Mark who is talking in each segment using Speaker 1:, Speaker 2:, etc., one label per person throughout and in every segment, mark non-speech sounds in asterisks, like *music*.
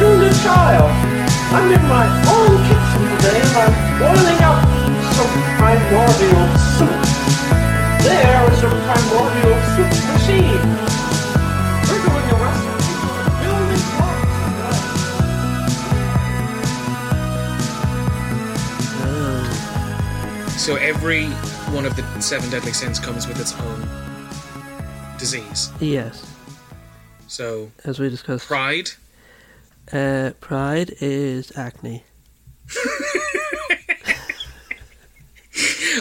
Speaker 1: child. I'm in my own kitchen today and I'm boiling up some primordial soup. There is a primordial soup machine. We're doing a recipe for building blocks today.
Speaker 2: So every one of the seven deadly sins comes with its own disease.
Speaker 3: Yes,
Speaker 2: So
Speaker 3: as we discussed.
Speaker 2: pride,
Speaker 3: Uh, pride is acne.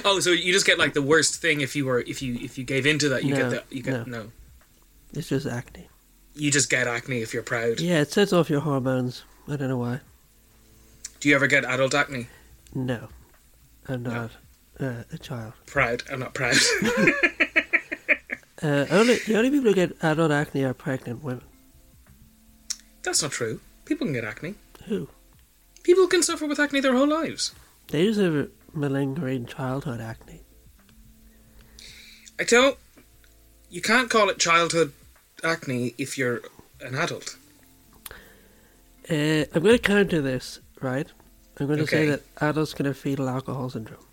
Speaker 2: Oh, so you just get like the worst thing if you were if you if you gave into that you
Speaker 3: No,
Speaker 2: get the you get no.
Speaker 3: It's just acne.
Speaker 2: You just get acne if you're proud.
Speaker 3: Yeah, it sets off your hormones. I don't know why.
Speaker 2: Do you ever get adult acne?
Speaker 3: No, I'm not uh, a child.
Speaker 2: Proud. I'm
Speaker 3: *laughs*
Speaker 2: not proud.
Speaker 3: Uh, only the only people who get adult acne are pregnant women.
Speaker 2: That's not true. People can get acne.
Speaker 3: Who?
Speaker 2: People can suffer with acne their whole lives.
Speaker 3: They just have malingering childhood acne.
Speaker 2: I don't you can't call it childhood acne if you're an adult.
Speaker 3: Uh, I'm going to counter this, right? I'm going to say
Speaker 2: Okay.
Speaker 3: that adults can have fetal alcohol syndrome.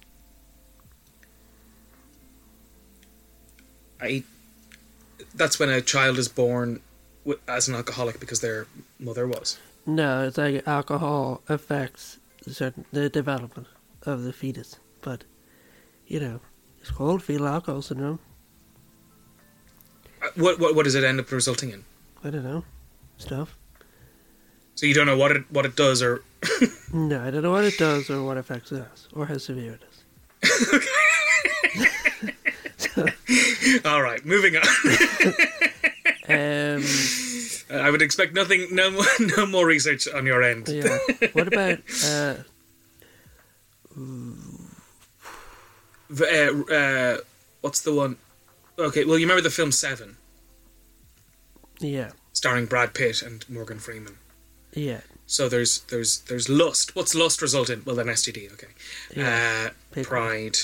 Speaker 2: I that's when a child is born wi- as an alcoholic because their mother was.
Speaker 3: No, it's like alcohol affects certain the development of the fetus, but you know, it's called fetal alcohol syndrome.
Speaker 2: Uh, What what what does it end up resulting in?
Speaker 3: I don't know stuff.
Speaker 2: So you don't know what it what it does or
Speaker 3: No, I don't know what it does or what affects it has or how severe it is.
Speaker 2: All right, moving on. *laughs*
Speaker 3: Um,
Speaker 2: Uh, I would expect nothing, no, more- *laughs* no more research on your end.
Speaker 3: Um, yeah. What about uh,
Speaker 2: V- Uh, uh, what's the one? Okay, well, you remember the film Seven,
Speaker 3: yeah,
Speaker 2: starring Brad Pitt and Morgan Freeman.
Speaker 3: yeah,
Speaker 2: So there's there's there's lust. What's lust result in? Well, then STD. Okay.
Speaker 3: Yeah,
Speaker 2: Uh,
Speaker 3: big
Speaker 2: pride.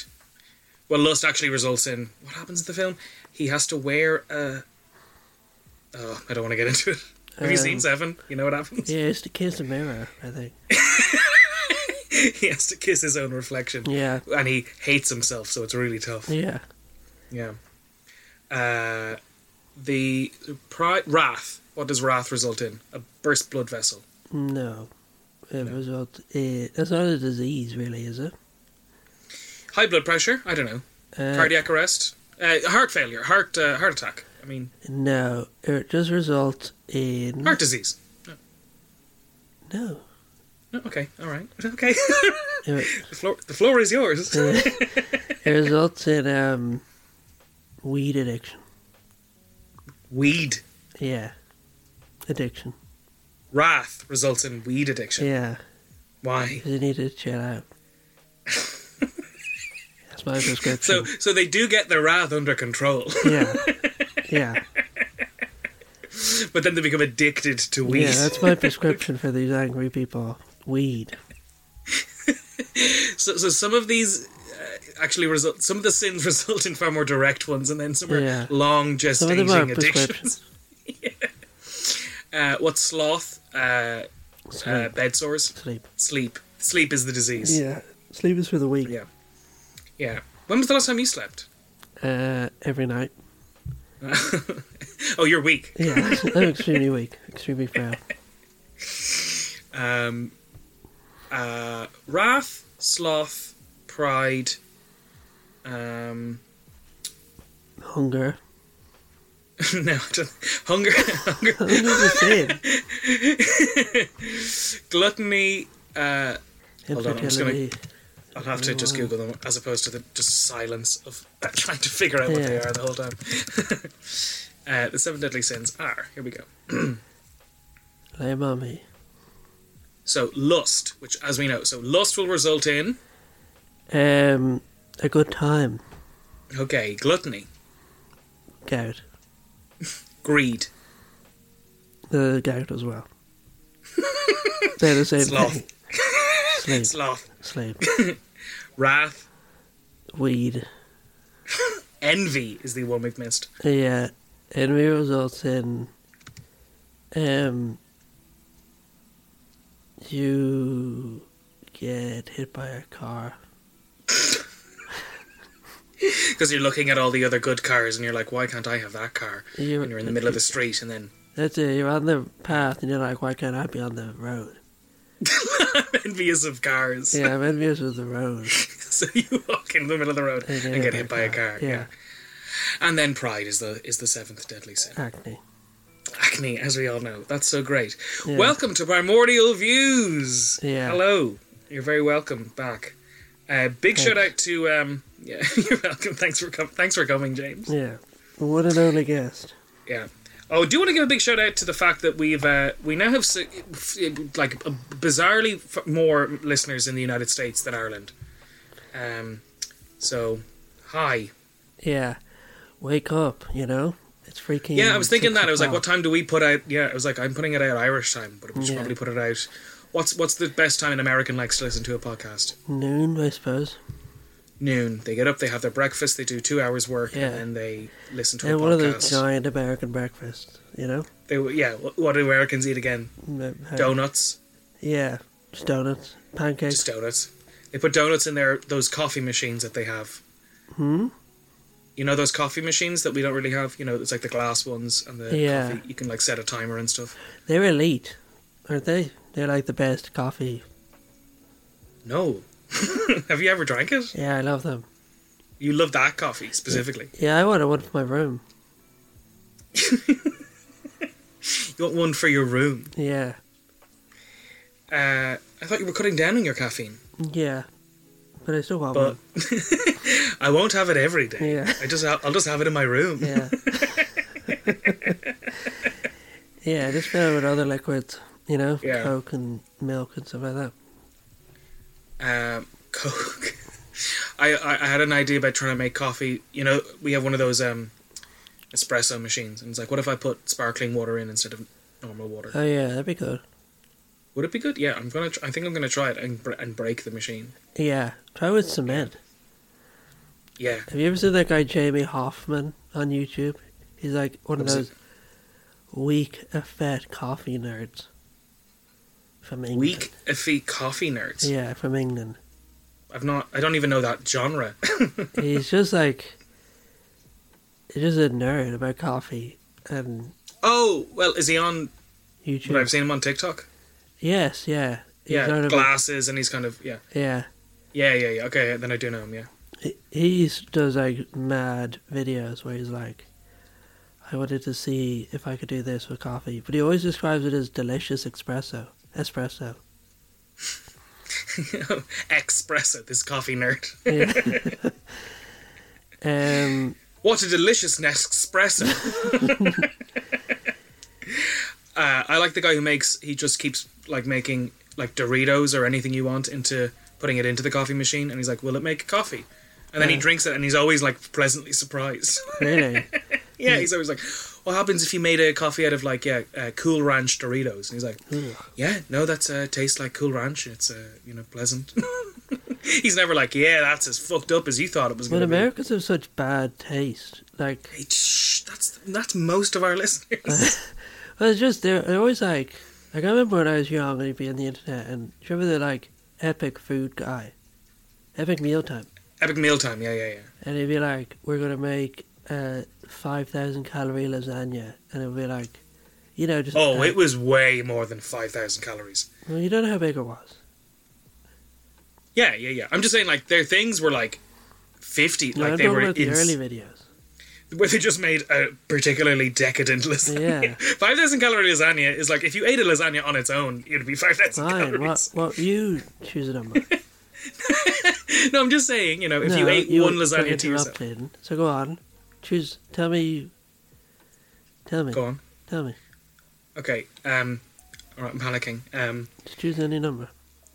Speaker 2: Well, lust actually results in what happens in the film. He has to wear a. Oh, I don't want to get into it. Have you seen
Speaker 3: Um,
Speaker 2: Seven? You know what happens.
Speaker 3: yeah? It's to kiss a mirror, I think.
Speaker 2: *laughs* he has to kiss his own reflection.
Speaker 3: Yeah,
Speaker 2: and he hates himself, so it's really tough.
Speaker 3: yeah,
Speaker 2: Yeah. Uh, the pri- wrath. What does wrath result in? A burst blood vessel.
Speaker 3: no. It results. It, that's not a disease, really, is it?
Speaker 2: High blood pressure. I don't know.
Speaker 3: Uh,
Speaker 2: Cardiac arrest. Uh, heart failure. Heart uh, heart attack. I mean,
Speaker 3: No, it just results in
Speaker 2: heart disease.
Speaker 3: no.
Speaker 2: No, okay. All right. *laughs* Okay.
Speaker 3: It,
Speaker 2: the floor. The floor is yours.
Speaker 3: uh, it results in um, weed addiction.
Speaker 2: *laughs* Weed.
Speaker 3: Yeah, addiction.
Speaker 2: Wrath results in weed addiction.
Speaker 3: Yeah,
Speaker 2: Why?
Speaker 3: 'cause you need to chill out. That's my
Speaker 2: So
Speaker 3: prescription.
Speaker 2: so they do get their wrath under control, *laughs*
Speaker 3: yeah, yeah,
Speaker 2: but then they become addicted to weed.
Speaker 3: yeah. That's my prescription for these angry people. Weed.
Speaker 2: So, so some of these uh, actually result. Some of the sins *laughs* result in far more direct ones, and then some are
Speaker 3: Yeah.
Speaker 2: long
Speaker 3: Some of them are
Speaker 2: gestating addictions.
Speaker 3: prescriptions.
Speaker 2: *laughs* Uh, what's sloth? Uh, uh,
Speaker 3: Sleep.
Speaker 2: bed sores.
Speaker 3: sleep.
Speaker 2: Sleep. Sleep is the disease.
Speaker 3: Yeah, sleep is for the weak.
Speaker 2: Yeah. Yeah. When was the last time you slept?
Speaker 3: Uh, every night.
Speaker 2: Oh, you're weak.
Speaker 3: Yeah, *laughs* I'm extremely weak. Extremely frail.
Speaker 2: Um, uh, wrath, sloth, pride. Um, *laughs*
Speaker 3: Hunger.
Speaker 2: no, I don't- hunger, *laughs* hunger,
Speaker 3: Hunger is the same.
Speaker 2: gluttony. Uh, *laughs* Hold on, I'm just gonna-
Speaker 3: Infertility.
Speaker 2: I'll have to just Google them as opposed to the just silence of *laughs* trying to figure out what they
Speaker 3: Yeah.
Speaker 2: are the whole time. *laughs* uh, the seven deadly sins are here we go.
Speaker 3: Lay mommy.
Speaker 2: So lust, which as we know, so lust will result in
Speaker 3: Um, a good time.
Speaker 2: okay gluttony,
Speaker 3: Gout.
Speaker 2: greed,
Speaker 3: The gout as
Speaker 2: *laughs*
Speaker 3: well. They're the same
Speaker 2: Sloth.
Speaker 3: thing. Sleep.
Speaker 2: sloth,
Speaker 3: Sleep.
Speaker 2: wrath,
Speaker 3: Weed.
Speaker 2: envy is the one we've missed.
Speaker 3: Yeah. Envy results in um
Speaker 4: you get hit by a car.
Speaker 2: Because you're looking at all the other good cars and you're like, why can't I have that car?
Speaker 4: You're,
Speaker 2: And you're in the middle of the street and then *laughs*
Speaker 4: That's it. You're on the path, and you're like, why can't I be on the road?
Speaker 2: envious of cars.
Speaker 4: Yeah, I'm envious of the
Speaker 2: *laughs*
Speaker 4: road.
Speaker 2: so you walk in the middle of the road and, get hit by a car.
Speaker 4: Yeah,
Speaker 2: And then pride is the is the seventh deadly sin.
Speaker 4: acne.
Speaker 2: Acne, as we all know. That's so great.
Speaker 4: Yeah.
Speaker 2: Welcome to Primordial Views.
Speaker 4: Yeah.
Speaker 2: Hello. You're very welcome back. Uh, big
Speaker 4: Thanks.
Speaker 2: shout out to um *laughs* yeah, you're welcome. Thanks for com- thanks for coming, James.
Speaker 4: Yeah. What an only guest.
Speaker 2: Yeah. Oh, I do want to give a big shout out to the fact that we've uh, we now have si- f- like bizarrely f- more listeners in the United States than Ireland. Um, so hi.
Speaker 4: Yeah. Wake up, you know? It's freaking.
Speaker 2: Yeah, I was thinking
Speaker 4: six
Speaker 2: that. I was like, what
Speaker 4: o'clock.
Speaker 2: time do we put out? Yeah, I was like, I'm putting it out Irish time, but we should
Speaker 4: Yeah.
Speaker 2: probably put it out. What's what's the best time an American likes to listen to a podcast?
Speaker 4: Noon, I suppose.
Speaker 2: Noon. They get up, they have their breakfast, they do two hours work,
Speaker 4: Yeah.
Speaker 2: and then they listen to
Speaker 4: Yeah,
Speaker 2: a
Speaker 4: one of those
Speaker 2: podcast.
Speaker 4: giant American breakfasts, you know?
Speaker 2: they, yeah, wh- what do Americans eat again?
Speaker 4: M- uh,
Speaker 2: Donuts.
Speaker 4: Yeah. Just donuts. Pancakes.
Speaker 2: Just donuts. They put donuts in their those coffee machines that they have.
Speaker 4: hmm?
Speaker 2: You know those coffee machines that we don't really have. You know, it's like the glass ones and the
Speaker 4: Yeah.
Speaker 2: coffee. You can like set a timer and stuff.
Speaker 4: They're elite, aren't they? They're like the best coffee.
Speaker 2: No, *laughs* have you ever drank it?
Speaker 4: Yeah, I love them.
Speaker 2: You love that coffee specifically.
Speaker 4: Yeah, I want one for my room.
Speaker 2: You want one for your room.
Speaker 4: Yeah.
Speaker 2: Uh, I thought you were cutting down on your caffeine,
Speaker 4: Yeah. But I still want
Speaker 2: but
Speaker 4: one.
Speaker 2: I won't have it every day.
Speaker 4: Yeah.
Speaker 2: I just I'll just have it in my room. *laughs*
Speaker 4: Yeah. *laughs* yeah, just fill it with other liquids, you know?
Speaker 2: Yeah.
Speaker 4: Coke and milk and stuff like that.
Speaker 2: Um, *laughs* Coke. I, I I had an idea about trying to make coffee. You know, we have one of those um, espresso machines, and it's like, what if I put sparkling water in instead of normal water?
Speaker 4: Oh, yeah, that'd be good.
Speaker 2: Would it be good? Yeah, I'm gonna. Tr- I think I'm gonna try it and br- and break the machine.
Speaker 4: Yeah, try with cement.
Speaker 2: Yeah.
Speaker 4: Have you ever seen that guy Jamie Hoffman on YouTube? He's like one of
Speaker 2: Who's
Speaker 4: those weak, uh, fat coffee nerds from England.
Speaker 2: Weak iffy coffee nerds.
Speaker 4: Yeah, from England.
Speaker 2: I've not. I don't even know that genre. *laughs*
Speaker 4: He's just like, he's just a nerd about coffee and
Speaker 2: oh well, is he on?
Speaker 4: YouTube.
Speaker 2: But I've seen him on TikTok.
Speaker 4: Yes, yeah, He's
Speaker 2: yeah,
Speaker 4: learned about-
Speaker 2: glasses, and he's kind of yeah,
Speaker 4: yeah.
Speaker 2: yeah, yeah, yeah. Okay, then I do know him. Yeah, *laughs*
Speaker 4: He- He does like mad videos where he's like, I wanted to see if I could do this with coffee, but he always describes it as delicious espresso. Espresso.
Speaker 2: espresso. This coffee nerd.
Speaker 4: Yeah. um,
Speaker 2: What a delicious *laughs* Nespresso. uh, I like the guy who makes. He just keeps like making like Doritos or anything you want into putting it into the coffee machine, and he's like, "Will it make coffee?" And then he
Speaker 4: Yeah.
Speaker 2: drinks it, and he's always like pleasantly surprised.
Speaker 4: really?
Speaker 2: *laughs* yeah, he's always like, "What happens if you made a coffee out of like yeah, uh, Cool Ranch Doritos?" And he's like,
Speaker 4: Ooh.
Speaker 2: yeah, no, that's uh, tastes like Cool Ranch. It's uh, you know *laughs* pleasant. He's never like, yeah, that's as fucked up as you thought it was
Speaker 4: But
Speaker 2: going to be.
Speaker 4: Americans have such bad taste. Like,
Speaker 2: Hey, shh, that's that's most of our *laughs*
Speaker 4: Uh,
Speaker 2: listeners.
Speaker 4: well, it's just they're, they're always like, like I remember when I was young, I'd be on the internet, and do you remember the like epic food guy, epic mealtime,
Speaker 2: Epic mealtime, yeah, yeah, yeah.
Speaker 4: and he'd be like, we're gonna make a five thousand calorie lasagna, and it'd be like, you know, just
Speaker 2: Oh,
Speaker 4: uh,
Speaker 2: it was way more than five thousand calories.
Speaker 4: well, you don't know how big it was.
Speaker 2: Yeah, yeah, yeah. I'm just saying, like their things were like fifty,
Speaker 4: No,
Speaker 2: like
Speaker 4: I'm
Speaker 2: they
Speaker 4: talking
Speaker 2: were
Speaker 4: about the
Speaker 2: ins-
Speaker 4: early videos.
Speaker 2: *laughs* where they just made a particularly decadent *laughs* lasagna.
Speaker 4: Yeah.
Speaker 2: five thousand calorie lasagna is like if you ate a lasagna on its own, it'd be five thousand
Speaker 4: Fine, what
Speaker 2: calories. *laughs*
Speaker 4: what you choose a number?
Speaker 2: No, I'm just saying, you know, *laughs* if you
Speaker 4: No,
Speaker 2: ate one
Speaker 4: were
Speaker 2: lasagna to yourself,
Speaker 4: interrupted. So go on. Choose. Tell me. Tell me.
Speaker 2: go on.
Speaker 4: Tell me.
Speaker 2: Okay. Um, all right, I'm panicking. Um,
Speaker 4: Just choose any number.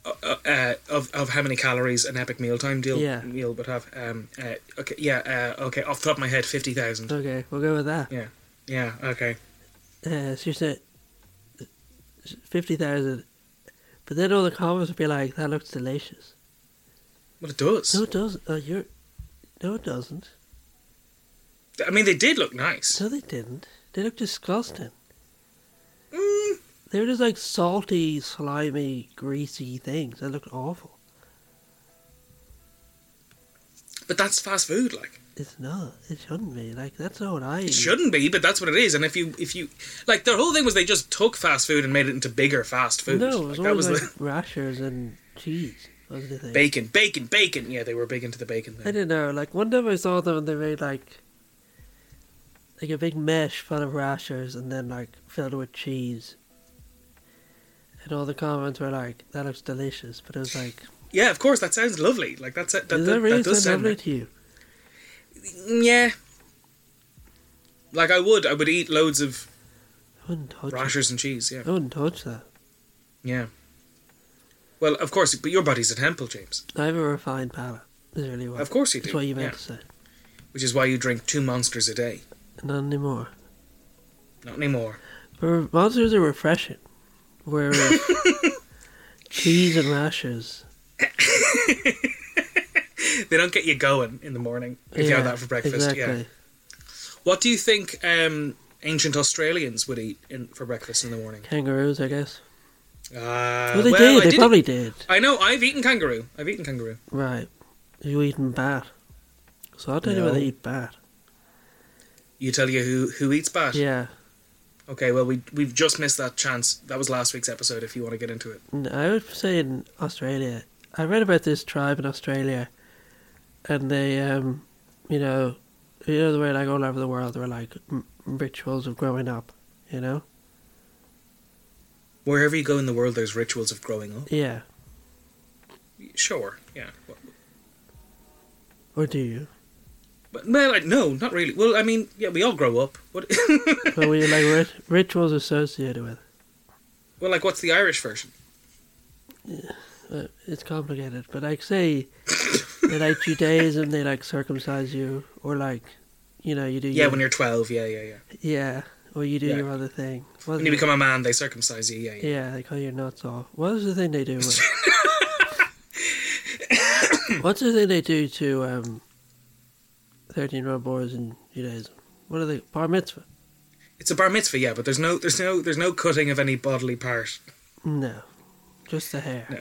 Speaker 2: uh, uh, of of how many calories an epic mealtime deal
Speaker 4: Yeah.
Speaker 2: meal would have? Um, uh, okay, yeah, uh, okay. Off the top of my head, fifty thousand.
Speaker 4: Okay, we'll go with that.
Speaker 2: Yeah, okay.
Speaker 4: Uh, so you said fifty thousand, but then all the comments would be like, "That looks delicious."
Speaker 2: Well, it does.
Speaker 4: No, it doesn't. Oh, you're. No, it doesn't.
Speaker 2: I mean, they did look nice.
Speaker 4: No, they didn't. They look disgusting.
Speaker 2: Mm,
Speaker 4: They were just like salty, slimy, greasy things. They looked awful.
Speaker 2: But that's fast food, like
Speaker 4: It's not. It shouldn't be. Like that's not what I.
Speaker 2: it
Speaker 4: eat.
Speaker 2: shouldn't be, but that's what it is. And if you if you like, their whole thing was they just took fast food and made it into bigger fast food.
Speaker 4: No, it
Speaker 2: Like,
Speaker 4: was
Speaker 2: that was
Speaker 4: always like
Speaker 2: the
Speaker 4: rashers and cheese. Wasn't it?
Speaker 2: *laughs*
Speaker 4: thing?
Speaker 2: bacon, bacon, bacon. Yeah, they were big into the bacon
Speaker 4: I
Speaker 2: thing.
Speaker 4: don't know. Like one time I saw them and they made like like a big mesh full of rashers and then like filled it with cheese. And all the comments were like, "That looks delicious," but it was like,
Speaker 2: Yeah, of course, that sounds lovely. Like that's it. That,
Speaker 4: "Does
Speaker 2: that,
Speaker 4: that really
Speaker 2: that does
Speaker 4: sound
Speaker 2: sound
Speaker 4: lovely to you?"
Speaker 2: Mm, Yeah. Like I would, I would eat loads of
Speaker 4: I wouldn't touch. it.
Speaker 2: rashers and cheese. Yeah,
Speaker 4: I wouldn't touch that.
Speaker 2: yeah. Well, of course, but your body's a temple, James.
Speaker 4: I have a refined palate. Is really what.
Speaker 2: Of course you do.
Speaker 4: That's what you meant
Speaker 2: yeah.
Speaker 4: to say.
Speaker 2: Which is why you drink two monsters a day.
Speaker 4: Not anymore.
Speaker 2: Not anymore.
Speaker 4: But monsters are refreshing. Whereas
Speaker 2: *laughs*
Speaker 4: cheese and rashers.
Speaker 2: They don't get you going in the morning if you have that for breakfast.
Speaker 4: Exactly.
Speaker 2: Yeah. What do you think um, ancient Australians would eat in, for breakfast in the morning?
Speaker 4: Kangaroos, I guess.
Speaker 2: Uh,
Speaker 4: Well, they
Speaker 2: well, I
Speaker 4: did. They
Speaker 2: did-
Speaker 4: probably did.
Speaker 2: I know. I've eaten kangaroo. I've eaten kangaroo.
Speaker 4: Right. You eating bat. So I'll tell you where
Speaker 2: No.
Speaker 4: they eat bat.
Speaker 2: You tell you who who eats bat.
Speaker 4: Yeah.
Speaker 2: Okay. Well, we we've just missed that chance. That was last week's episode. If you want to get into it.
Speaker 4: And I would say in Australia, I read about this tribe in Australia, and they, um, you know, you know the way like all over the world there were like m- rituals of growing up, you know.
Speaker 2: Wherever you go in the world, there's rituals of growing up.
Speaker 4: Yeah.
Speaker 2: Sure, yeah.
Speaker 4: Or do you?
Speaker 2: But, well, I, no, not really. Well, I mean, yeah, we all grow up. What, *laughs*
Speaker 4: But we like rit- rituals associated with.
Speaker 2: well, like, what's the Irish version?
Speaker 4: Uh, it's complicated, but like say, they like Judaism, they like circumcise you, or like, you know, you do.
Speaker 2: Yeah,
Speaker 4: your-
Speaker 2: when you're 12, yeah, yeah, yeah.
Speaker 4: Yeah, or you do
Speaker 2: Yeah.
Speaker 4: your other thing. What
Speaker 2: When
Speaker 4: is
Speaker 2: you
Speaker 4: it?
Speaker 2: become a man, they circumcise you, yeah, yeah.
Speaker 4: Yeah, they call you nuts off. What is the thing they do?
Speaker 2: *laughs*
Speaker 4: With... What's the thing they do to um, thirteen-year-old boys in Judaism? What are they? Bar mitzvah?
Speaker 2: It's a bar mitzvah, yeah, but there's no, there's no, there's no cutting of any bodily part.
Speaker 4: No, just the hair.
Speaker 2: No.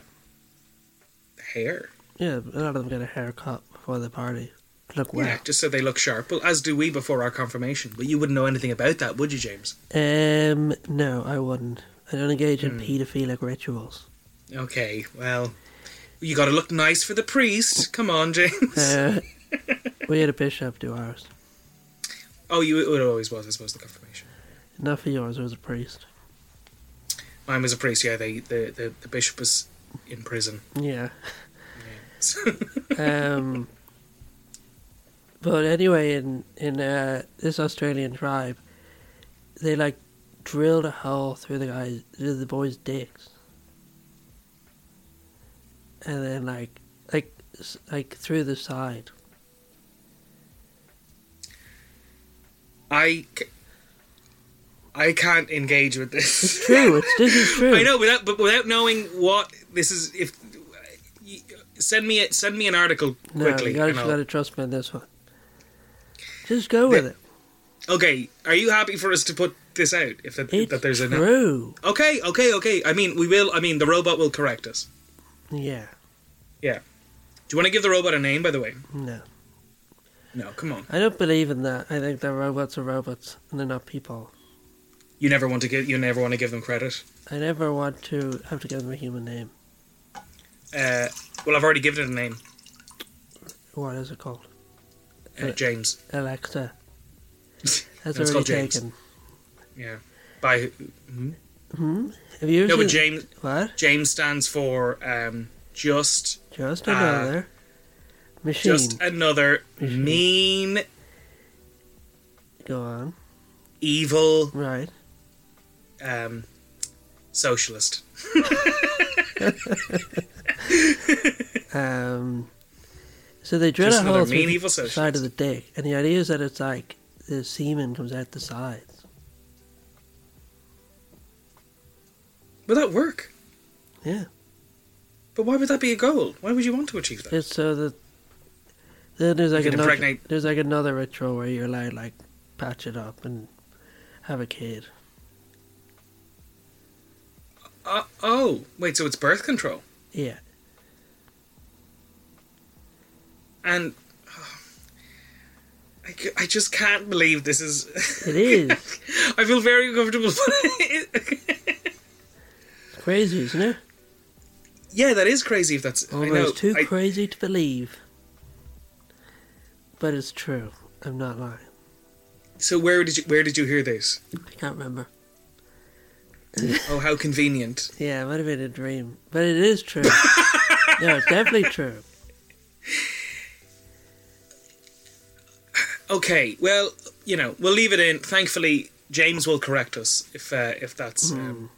Speaker 2: The hair,
Speaker 4: Yeah, a lot of them get a haircut before the party. Look
Speaker 2: yeah,
Speaker 4: wow.
Speaker 2: just so they look sharp. Well, as do we before our confirmation. But you wouldn't know anything about that, would you, James?
Speaker 4: Um, no, I wouldn't. I don't engage
Speaker 2: Hmm.
Speaker 4: in
Speaker 2: *laughs*
Speaker 4: pedophilic rituals.
Speaker 2: Okay, well, you got to look nice for the priest. Come on, James.
Speaker 4: Uh, we had a bishop do ours.
Speaker 2: oh, you it always was, I suppose, the confirmation.
Speaker 4: Not for yours. It was a priest.
Speaker 2: Mine was a priest. Yeah, they, the, the, the bishop was in prison. *laughs*
Speaker 4: Yeah.
Speaker 2: So-
Speaker 4: um, but anyway, in in uh, this Australian tribe, they like drilled a hole through the guys, through the boys' dicks, and then like like s- like through the side.
Speaker 2: I, c- I can't engage with
Speaker 4: It's
Speaker 2: this.
Speaker 4: true. It's
Speaker 2: *laughs*
Speaker 4: this is true.
Speaker 2: I know, without but without knowing what this is, if you, send me a, send me an article
Speaker 4: No,
Speaker 2: quickly.
Speaker 4: you gotta,
Speaker 2: and I'll-
Speaker 4: gotta trust me on this one. Just go with
Speaker 2: The-
Speaker 4: it.
Speaker 2: okay, are you happy for us to put this out? If that,
Speaker 4: It's
Speaker 2: that there's an
Speaker 4: true.
Speaker 2: okay, okay, okay. I mean, we will. I mean, the robot will correct us.
Speaker 4: Yeah.
Speaker 2: Do you want to give the robot a name? By the way,
Speaker 4: No,
Speaker 2: no. Come on,
Speaker 4: I don't believe in that. I think that robots are robots and they're not people.
Speaker 2: you never want to give you never want to give them credit.
Speaker 4: I never want to have to give them a human name.
Speaker 2: Uh, well, I've already given it a name,
Speaker 4: What is it called?
Speaker 2: uh, James. *laughs*
Speaker 4: Alexa. That's
Speaker 2: No, it's
Speaker 4: already
Speaker 2: called James.
Speaker 4: taken.
Speaker 2: Yeah. By
Speaker 4: Hmm? Have you
Speaker 2: no,
Speaker 4: seen
Speaker 2: but James
Speaker 4: what?
Speaker 2: James stands for um, just
Speaker 4: Just
Speaker 2: Uh,
Speaker 4: another machine.
Speaker 2: just another
Speaker 4: Machine.
Speaker 2: mean,
Speaker 4: Go on.
Speaker 2: evil
Speaker 4: Right.
Speaker 2: um, socialist.
Speaker 4: Um. So they drill
Speaker 2: Just
Speaker 4: a hole
Speaker 2: another
Speaker 4: through
Speaker 2: mean,
Speaker 4: the
Speaker 2: evil socialist.
Speaker 4: side of the dick, and the idea is that it's like the semen comes out the sides.
Speaker 2: Would that work?
Speaker 4: Yeah.
Speaker 2: But why would that be a goal? Why would you want to achieve that?
Speaker 4: It's so that then there's like
Speaker 2: can
Speaker 4: another
Speaker 2: impregnate-
Speaker 4: there's like another ritual where you're allowed like patch it up and have a kid.
Speaker 2: Uh, oh, wait, so it's birth control.
Speaker 4: Yeah.
Speaker 2: And *sighs* oh, I, c- I just can't believe this is. *laughs*
Speaker 4: It is.
Speaker 2: I feel very uncomfortable. *laughs* but-
Speaker 4: It's crazy, isn't it?
Speaker 2: yeah, that is crazy if that's. I know.
Speaker 4: Almost too
Speaker 2: I-
Speaker 4: crazy to believe. But it's true. I'm not lying.
Speaker 2: so where did you where did you hear this?
Speaker 4: I can't remember.
Speaker 2: Oh, how convenient.
Speaker 4: Yeah, it might have been a dream. But it is *laughs* true. no, it's definitely true.
Speaker 2: Okay, well, you know, we'll leave it in. Thankfully, James will correct us if uh, if that's.
Speaker 4: Hmm.
Speaker 2: Um,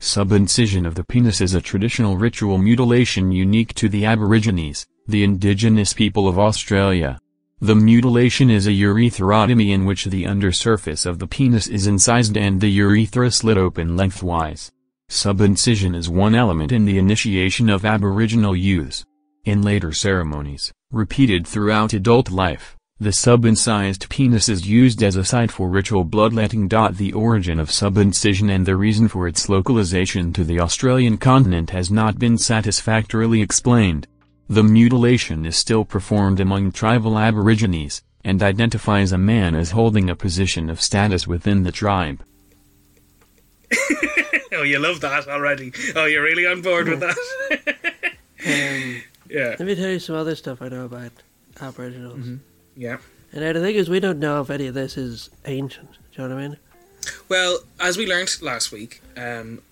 Speaker 5: Subincision of the penis is a traditional ritual mutilation unique to the Aborigines, the indigenous people of Australia. The mutilation is a urethrotomy in which the undersurface of the penis is incised and the urethra slit open lengthwise. Subincision is one element in the initiation of Aboriginal use. In later ceremonies, repeated throughout adult life, the subiincised penis is used as a site for ritual bloodletting. The origin of subincision and the reason for its localization to the Australian continent has not been satisfactorily explained. The mutilation is still performed among tribal aborigines, and identifies a man as holding a position of status within the tribe.
Speaker 2: oh, you love that already. Oh, you're really on board with
Speaker 4: Hmm.
Speaker 2: that.
Speaker 4: Um,
Speaker 2: yeah,
Speaker 4: let me tell you some other stuff I know about Aboriginals.
Speaker 2: *laughs* yeah.
Speaker 4: And the thing is, we don't know if any of this is ancient. Do you know what I mean?
Speaker 2: Well, as we learnt last week, um,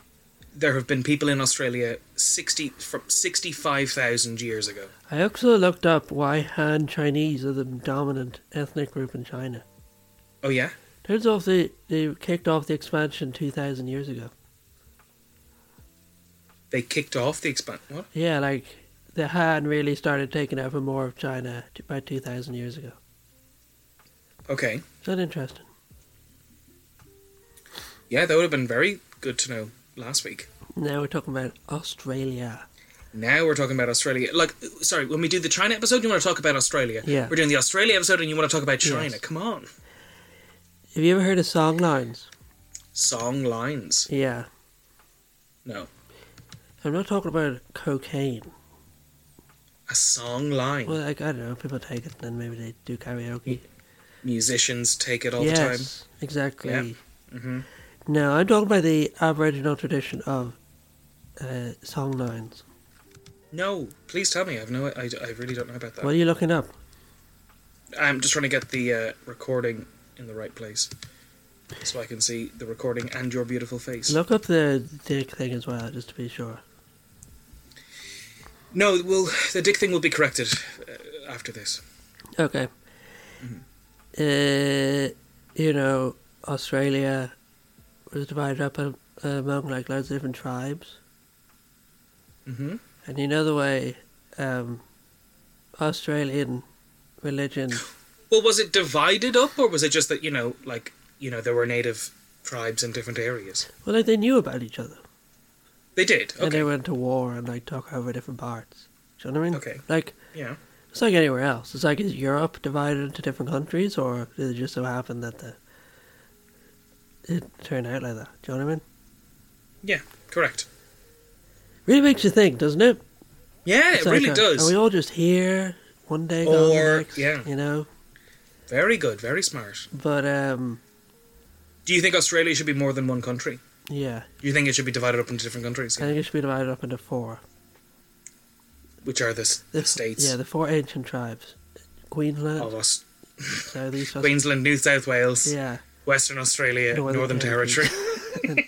Speaker 2: there have been people in Australia sixty from sixty five thousand years ago.
Speaker 4: I also looked up why Han Chinese are the dominant ethnic group in China.
Speaker 2: Oh yeah,
Speaker 4: Turns out they, they kicked off the expansion 2,000 years ago.
Speaker 2: they kicked off the expand. What?
Speaker 4: Yeah, like the Han really started taking over more of China t- about 2,000 years ago.
Speaker 2: Okay.
Speaker 4: Is that interesting?
Speaker 2: Yeah, that would have been very good to know last week.
Speaker 4: Now we're talking about Australia.
Speaker 2: Now we're talking about Australia. Like, sorry, when we do the China episode, you want to talk about Australia.
Speaker 4: Yeah.
Speaker 2: We're doing the Australia episode, and you want to talk about China.
Speaker 4: Yes.
Speaker 2: Come on.
Speaker 4: Have you ever heard of song lines?
Speaker 2: Song lines.
Speaker 4: Yeah.
Speaker 2: No.
Speaker 4: I'm not talking about cocaine.
Speaker 2: A song line.
Speaker 4: Well, like, I don't know. People take it and then maybe they do karaoke.
Speaker 2: Musicians take it all
Speaker 4: yes, exactly.
Speaker 2: Yeah. the time. hmm
Speaker 4: No, I'm talking about the Aboriginal tradition of uh, song lines.
Speaker 2: No, please tell me. I've no. I, I really don't know about that.
Speaker 4: What are you looking up?
Speaker 2: I'm just trying to get the uh, recording in the right place, so I can see the recording and your beautiful face.
Speaker 4: Look up the dick thing as well, just to be sure.
Speaker 2: No, well, the dick thing will be corrected uh, after this.
Speaker 4: Okay. Uh, you know, Australia was divided up a- among like loads of different tribes,
Speaker 2: hmm
Speaker 4: and you know the way um, Australian religion.
Speaker 2: Well, was it divided up, or was it just that you know, like you know, there were native tribes in different areas?
Speaker 4: Well, like they knew about each other,
Speaker 2: They did.
Speaker 4: and
Speaker 2: Okay.
Speaker 4: they went to war and like took over different parts. Do you know what I mean?
Speaker 2: Okay.
Speaker 4: Like
Speaker 2: Yeah.
Speaker 4: It's like anywhere else. It's like is Europe divided into different countries, or did it just so happen that the it turned out like that? Do you know what I mean?
Speaker 2: Yeah. Correct.
Speaker 4: Really makes you think, doesn't it?
Speaker 2: Yeah,
Speaker 4: It's
Speaker 2: it
Speaker 4: like,
Speaker 2: really
Speaker 4: uh, Are
Speaker 2: does.
Speaker 4: we all just here one day, gone the
Speaker 2: Or-
Speaker 4: next,
Speaker 2: yeah.
Speaker 4: you know?
Speaker 2: Very good. Very smart.
Speaker 4: But um,
Speaker 2: Do you think Australia should be more than one country?
Speaker 4: yeah,
Speaker 2: Do you think it should be divided up into different countries,
Speaker 4: I think it should be divided up into four.
Speaker 2: which are the, s-
Speaker 4: The,
Speaker 2: states Oh,
Speaker 4: Yeah, the four ancient tribes: Queensland,
Speaker 2: of us?
Speaker 4: Southeast Australia.
Speaker 2: Queensland, New South Wales,
Speaker 4: Yeah,
Speaker 2: Western Australia,
Speaker 4: Northern
Speaker 2: Northern,
Speaker 4: Territory.
Speaker 2: Territory.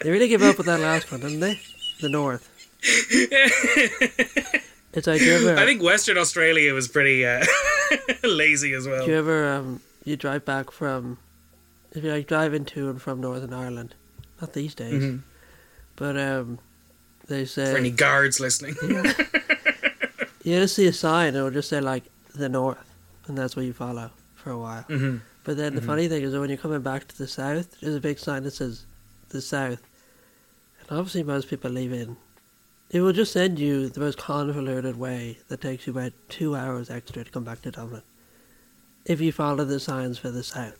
Speaker 4: they really gave up with that last one, didn't they?
Speaker 2: *laughs*
Speaker 4: The North. it's like do you ever,
Speaker 2: I think Western Australia was pretty uh, *laughs* lazy as well.
Speaker 4: Do you ever um you drive back from if you like driving to and from Northern Ireland? Not these days.
Speaker 2: Mhm.
Speaker 4: But um uh, they
Speaker 2: For any
Speaker 4: say
Speaker 2: guards listening. *laughs*
Speaker 4: you just see a sign and it'll just say like the north and that's what you follow for a while.
Speaker 2: Mhm.
Speaker 4: But then the funny thing is that when you're coming back to the south, there's a big sign that says the south. And obviously most people leave in. It will just send you the most convoluted way that takes you about two hours extra to come back to Dublin. If you follow the signs for the south.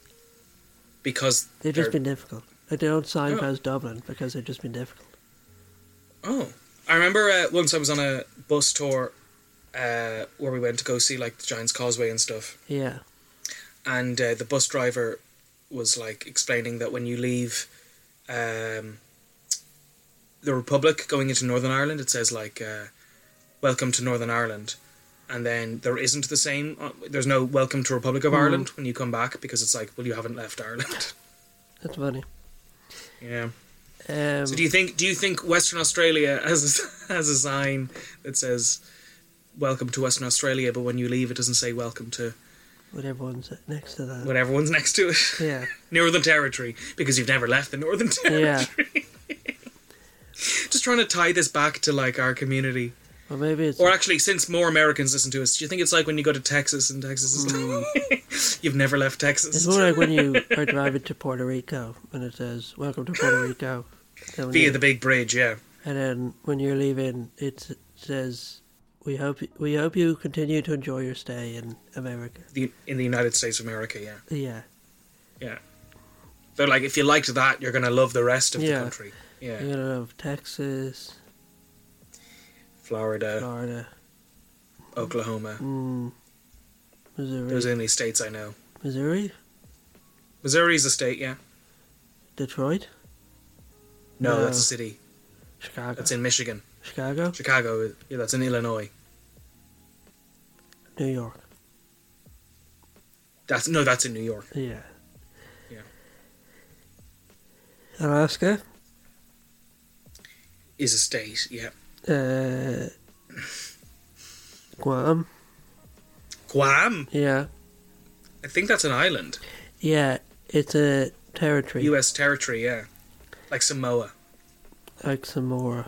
Speaker 2: Because
Speaker 4: They've
Speaker 2: they're
Speaker 4: just been difficult. Like they don't sign
Speaker 2: Oh.
Speaker 4: past Dublin because it'd just been difficult.
Speaker 2: Oh, I remember uh, once I was on a bus tour uh, where we went to go see like the Giant's Causeway and stuff,
Speaker 4: Yeah.
Speaker 2: and uh, the bus driver was like explaining that when you leave um, the Republic going into Northern Ireland, it says like uh, "Welcome to Northern Ireland." And then there isn't the same. Uh, there's no welcome to Republic of Ireland when you come back because it's like, well, you haven't left Ireland.
Speaker 4: That's funny.
Speaker 2: *laughs* yeah.
Speaker 4: Um,
Speaker 2: So do you think do you think Western Australia has a, has a sign that says "Welcome to Western Australia," but when you leave, it doesn't say "Welcome to"
Speaker 4: what everyone's next to that.
Speaker 2: whatever one's next to it,
Speaker 4: Yeah.
Speaker 2: Northern Territory, because you've never left the Northern *laughs*
Speaker 4: Yeah.
Speaker 2: Territory. Just trying to tie this back to like our community,
Speaker 4: Or maybe it's
Speaker 2: or actually, since more Americans listen to us, do you think it's like when you go to Texas and Texas is *laughs* you've never left Texas?
Speaker 4: Hmm. it's more like when you are driving to Puerto Rico and it says "Welcome to Puerto
Speaker 2: *laughs*
Speaker 4: Rico." Then when
Speaker 2: *laughs* via
Speaker 4: you-
Speaker 2: the big bridge, yeah.
Speaker 4: and then when you're leaving, it s- says, "We hope we hope you continue to enjoy your stay in America."
Speaker 2: The, in the United States of America, yeah,
Speaker 4: Yeah.
Speaker 2: yeah. They're like, if you liked that, you're gonna love the rest of
Speaker 4: Yeah.
Speaker 2: the country. Yeah.
Speaker 4: You know, of Texas,
Speaker 2: Florida,
Speaker 4: Florida,
Speaker 2: Oklahoma.
Speaker 4: mm, Missouri,
Speaker 2: Those are the only states I know.
Speaker 4: Missouri,
Speaker 2: Missouri's a state, yeah.
Speaker 4: Detroit,
Speaker 2: No,
Speaker 4: No.
Speaker 2: that's a city.
Speaker 4: Chicago,
Speaker 2: That's in Michigan.
Speaker 4: Chicago,
Speaker 2: Chicago, yeah, that's in Illinois.
Speaker 4: New York.
Speaker 2: That's no, that's in New York.
Speaker 4: Yeah.
Speaker 2: Yeah.
Speaker 4: Alaska.
Speaker 2: Is a state, yeah.
Speaker 4: Uh, Guam.
Speaker 2: Guam.
Speaker 4: Yeah.
Speaker 2: I think that's an island.
Speaker 4: Yeah. It's a territory.
Speaker 2: U.S. territory, yeah. Like Samoa,
Speaker 4: Like some more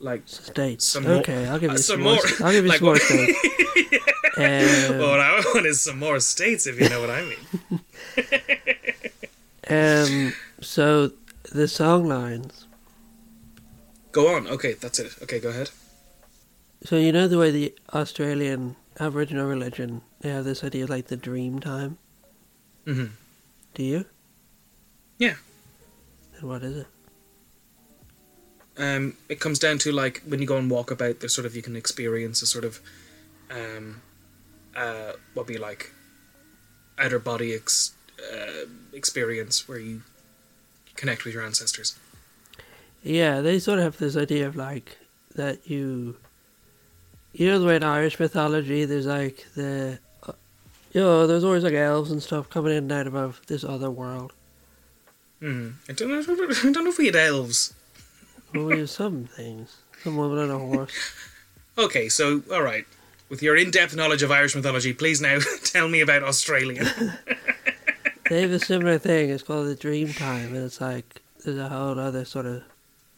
Speaker 2: like
Speaker 4: states.
Speaker 2: Some more-
Speaker 4: okay, I'll give
Speaker 2: uh,
Speaker 4: you
Speaker 2: some
Speaker 4: some,
Speaker 2: more.
Speaker 4: more. sta- *laughs* I'll give you
Speaker 2: Like
Speaker 4: some more
Speaker 2: what-
Speaker 4: states.
Speaker 2: *laughs*
Speaker 4: Um,
Speaker 2: well, what I *laughs* want is some more states, if you know what I mean.
Speaker 4: um, so the song lines.
Speaker 2: Go on. Okay, that's it. Okay, go ahead.
Speaker 4: So you know the way the Australian Aboriginal religion they have this idea of like the dream time.
Speaker 2: Mm-hmm.
Speaker 4: Do you?
Speaker 2: Yeah.
Speaker 4: And what is it?
Speaker 2: um, it comes down to like when you go and walk about there's sort of you can experience a sort of um, uh, what be like outer body ex- uh, experience where you connect with your ancestors
Speaker 4: Yeah, they sort of have this idea of like that you, you know, the way in Irish mythology, there's like the, you know, there's always like elves and stuff coming in and out of this other world.
Speaker 2: mm. I, don't, I, don't, I don't know *laughs* if we had elves
Speaker 4: Well, we
Speaker 2: *laughs*
Speaker 4: have some things. Some woman on a horse.
Speaker 2: okay so all right with your in-depth knowledge of Irish mythology please now *laughs* tell me about
Speaker 4: *laughs*
Speaker 2: Australia
Speaker 4: They have a similar thing. It's called the dream time, and it's like there's a whole other sort of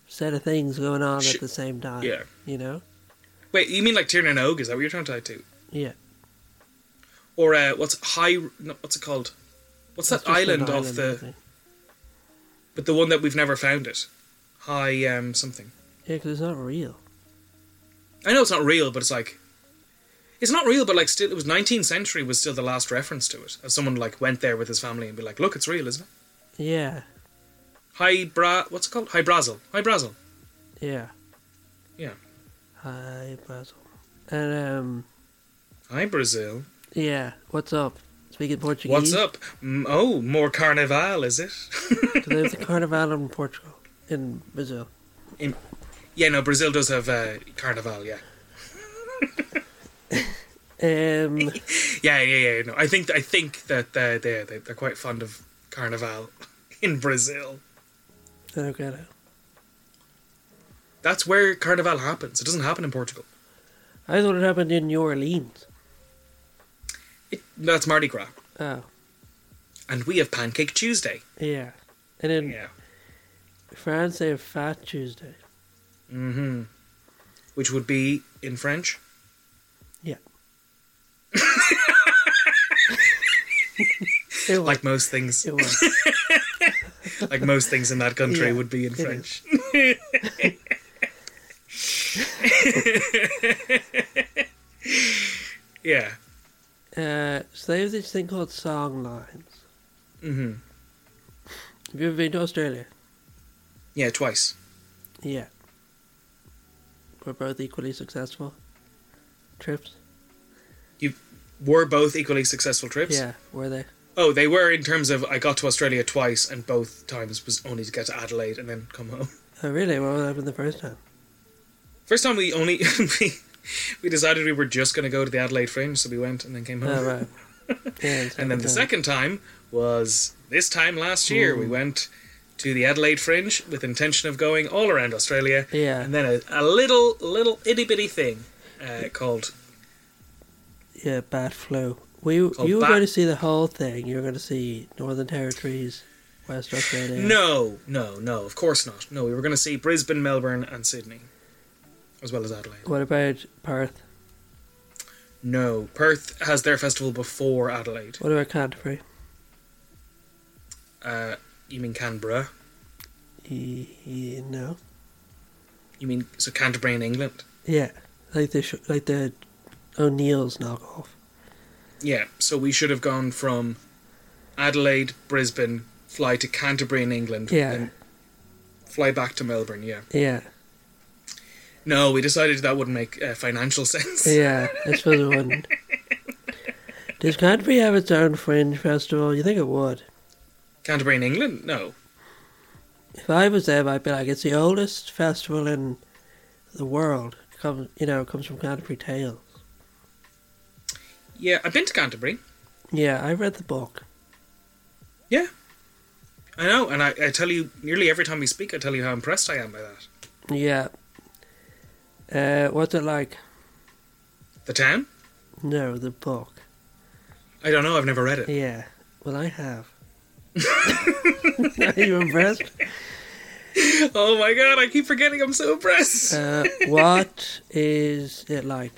Speaker 4: set of things going on
Speaker 2: Sh-
Speaker 4: at the same time.
Speaker 2: yeah.
Speaker 4: You know?
Speaker 2: wait you mean like Tiernan and Og is that what you're trying to tie to
Speaker 4: Yeah.
Speaker 2: or uh, what's high no, what's it called what's
Speaker 4: That's
Speaker 2: that
Speaker 4: just an
Speaker 2: island, off
Speaker 4: island, I
Speaker 2: the
Speaker 4: think.
Speaker 2: but the one that we've never found it high um, something
Speaker 4: Yeah, because it's not real.
Speaker 2: I know it's not real, but it's like it's not real, but like still, it was 19th century was still the last reference to it. As someone like went there with his family and be like, look, it's real, isn't it?
Speaker 4: Yeah.
Speaker 2: High bra, what's it called? High Brazil, High Brazil.
Speaker 4: Yeah.
Speaker 2: Yeah.
Speaker 4: Hi, Basil. And um,
Speaker 2: Hi Brazil.
Speaker 4: yeah. What's up? Speaking Portuguese.
Speaker 2: What's up? Mm, oh, more carnival, is it?
Speaker 4: Do they
Speaker 2: *laughs*
Speaker 4: have the carnival in Portugal, in Brazil?
Speaker 2: yeah, no, Brazil does have uh, carnival. Yeah, *laughs*
Speaker 4: Um,
Speaker 2: yeah, yeah, yeah. No, I think I think that uh, they they they're quite fond of carnival *laughs* in Brazil.
Speaker 4: I don't get it.
Speaker 2: That's where carnival happens. It doesn't happen in Portugal.
Speaker 4: I thought it happened in New Orleans.
Speaker 2: It, that's Mardi Gras,
Speaker 4: Oh,
Speaker 2: and we have Pancake Tuesday.
Speaker 4: yeah. And in
Speaker 2: Yeah.
Speaker 4: France, they have
Speaker 2: *laughs*
Speaker 4: Fat Tuesday.
Speaker 2: Mm-hmm. Which would be in French. *laughs*
Speaker 4: It was.
Speaker 2: Like most things,
Speaker 4: it was.
Speaker 2: like most things in that country
Speaker 4: Yeah,
Speaker 2: would be in
Speaker 4: it is.
Speaker 2: French. yeah.
Speaker 4: Uh, so they have this thing called song lines,
Speaker 2: Mm-hmm.
Speaker 4: Have you ever been to Australia?
Speaker 2: Yeah, twice.
Speaker 4: Yeah. We're both equally successful. Trips?
Speaker 2: Were both equally successful trips.
Speaker 4: Yeah, were they?
Speaker 2: Oh, they were in terms of I got to Australia twice, and both times was only to get to Adelaide and then come home. *laughs*
Speaker 4: Oh, really? What happened the first time?
Speaker 2: First time we only *laughs* we, we decided we were just going to go to the Adelaide Fringe, so we went and then came home.
Speaker 4: Oh, right. Yeah,
Speaker 2: And then the
Speaker 4: time.
Speaker 2: second time was this time last year. We went to the Adelaide Fringe with intention of going all around Australia.
Speaker 4: Yeah.
Speaker 2: And then a, a little, little itty bitty thing uh, called.
Speaker 4: Yeah, bad flu. We you
Speaker 2: Called
Speaker 4: were
Speaker 2: bat-
Speaker 4: going to see the whole thing. You were going to see Northern Territories, West Australia.
Speaker 2: No, no, no, of course not. No, we were going to see Brisbane, Melbourne, and Sydney, as well as Adelaide.
Speaker 4: What about Perth?
Speaker 2: No, Perth has their festival before Adelaide.
Speaker 4: What about Canterbury?
Speaker 2: Uh, you mean Canberra?
Speaker 4: E- e- no.
Speaker 2: You mean so Canterbury in England?
Speaker 4: Yeah, like the sh- like the O'Neill's knockoff.
Speaker 2: Yeah, so we should have gone from Adelaide, Brisbane, fly to Canterbury in England,
Speaker 4: Yeah.
Speaker 2: then fly back to Melbourne. Yeah. *laughs*
Speaker 4: Yeah,
Speaker 2: No, we decided that wouldn't make uh, financial *laughs* sense.
Speaker 4: yeah. I suppose it wouldn't. Does Canterbury have its own fringe festival? You think it would?
Speaker 2: Canterbury in England? No.
Speaker 4: If I was there, I'd be like, it's the oldest festival in the world. Comes, you know, comes from Canterbury Tales.
Speaker 2: Yeah, I've been to Canterbury.
Speaker 4: Yeah, I read the book.
Speaker 2: I know, and I, I tell you, nearly every time we speak, I tell you how impressed I am by that.
Speaker 4: Yeah. Uh, what's it like?
Speaker 2: The town?
Speaker 4: No, the book.
Speaker 2: I don't know. I've never read it.
Speaker 4: Yeah. Well, I have.
Speaker 2: *laughs*
Speaker 4: Are you impressed?
Speaker 2: *laughs* Oh my god! I keep forgetting. I'm so impressed.
Speaker 4: Uh, what is it like?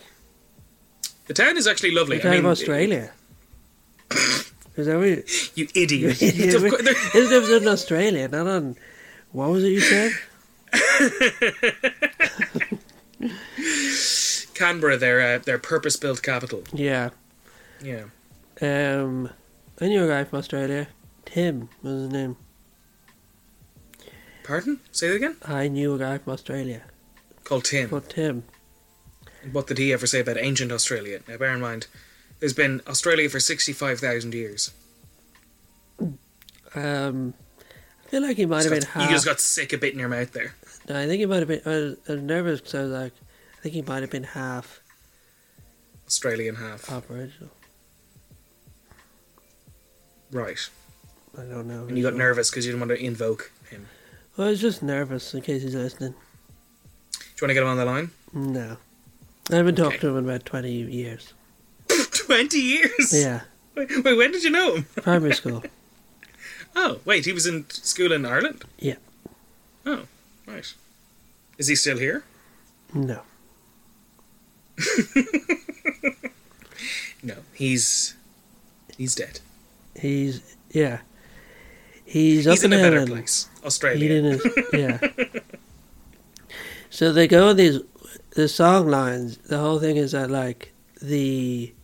Speaker 2: *laughs* the town is actually lovely.
Speaker 4: You're talking
Speaker 2: I mean,
Speaker 4: about Australia. Is that what you,
Speaker 2: You idiot!
Speaker 4: *laughs* yeah,
Speaker 2: Of
Speaker 4: we-
Speaker 2: course- there-
Speaker 4: this was in Australia, not on. What was it you said?
Speaker 2: Canberra, their uh, their purpose built capital.
Speaker 4: Yeah.
Speaker 2: Yeah.
Speaker 4: Um, I knew a guy from Australia. Tim was his name.
Speaker 2: Pardon? Say that again.
Speaker 4: I knew a guy from Australia
Speaker 2: Called Tim.
Speaker 4: called Tim.
Speaker 2: What did he ever say about ancient Australia? Now, bear in mind, there's been Australia for 65,000 years.
Speaker 4: Um, I feel like he might have been
Speaker 2: Just got-
Speaker 4: half.
Speaker 2: you just got sick a bit in your mouth there.
Speaker 4: No, I think he might have been. I was, I was nervous because I was like, I think he might have been half
Speaker 2: Australian half.
Speaker 4: Oh. Aboriginal.
Speaker 2: right.
Speaker 4: I don't know.
Speaker 2: And you got nervous because you didn't want to invoke him.
Speaker 4: Well, I was just nervous in case he's listening.
Speaker 2: Do you want to get him on the line? *laughs*
Speaker 4: No, I haven't talked
Speaker 2: Okay.
Speaker 4: to him in about twenty years.
Speaker 2: 20 years?
Speaker 4: Yeah,
Speaker 2: Wait, wait, when did you know him?
Speaker 4: primary school.
Speaker 2: *laughs* Oh, wait, he was in school in Ireland?
Speaker 4: Yeah.
Speaker 2: Oh, right. Is he still here?
Speaker 4: No,
Speaker 2: No. He's. He's dead.
Speaker 4: he's yeah, he's up
Speaker 2: He's in a better
Speaker 4: Ireland.
Speaker 2: place.
Speaker 4: He
Speaker 2: Australia.
Speaker 4: didn't. Yeah. so they go on these the song lines. The whole thing is that like the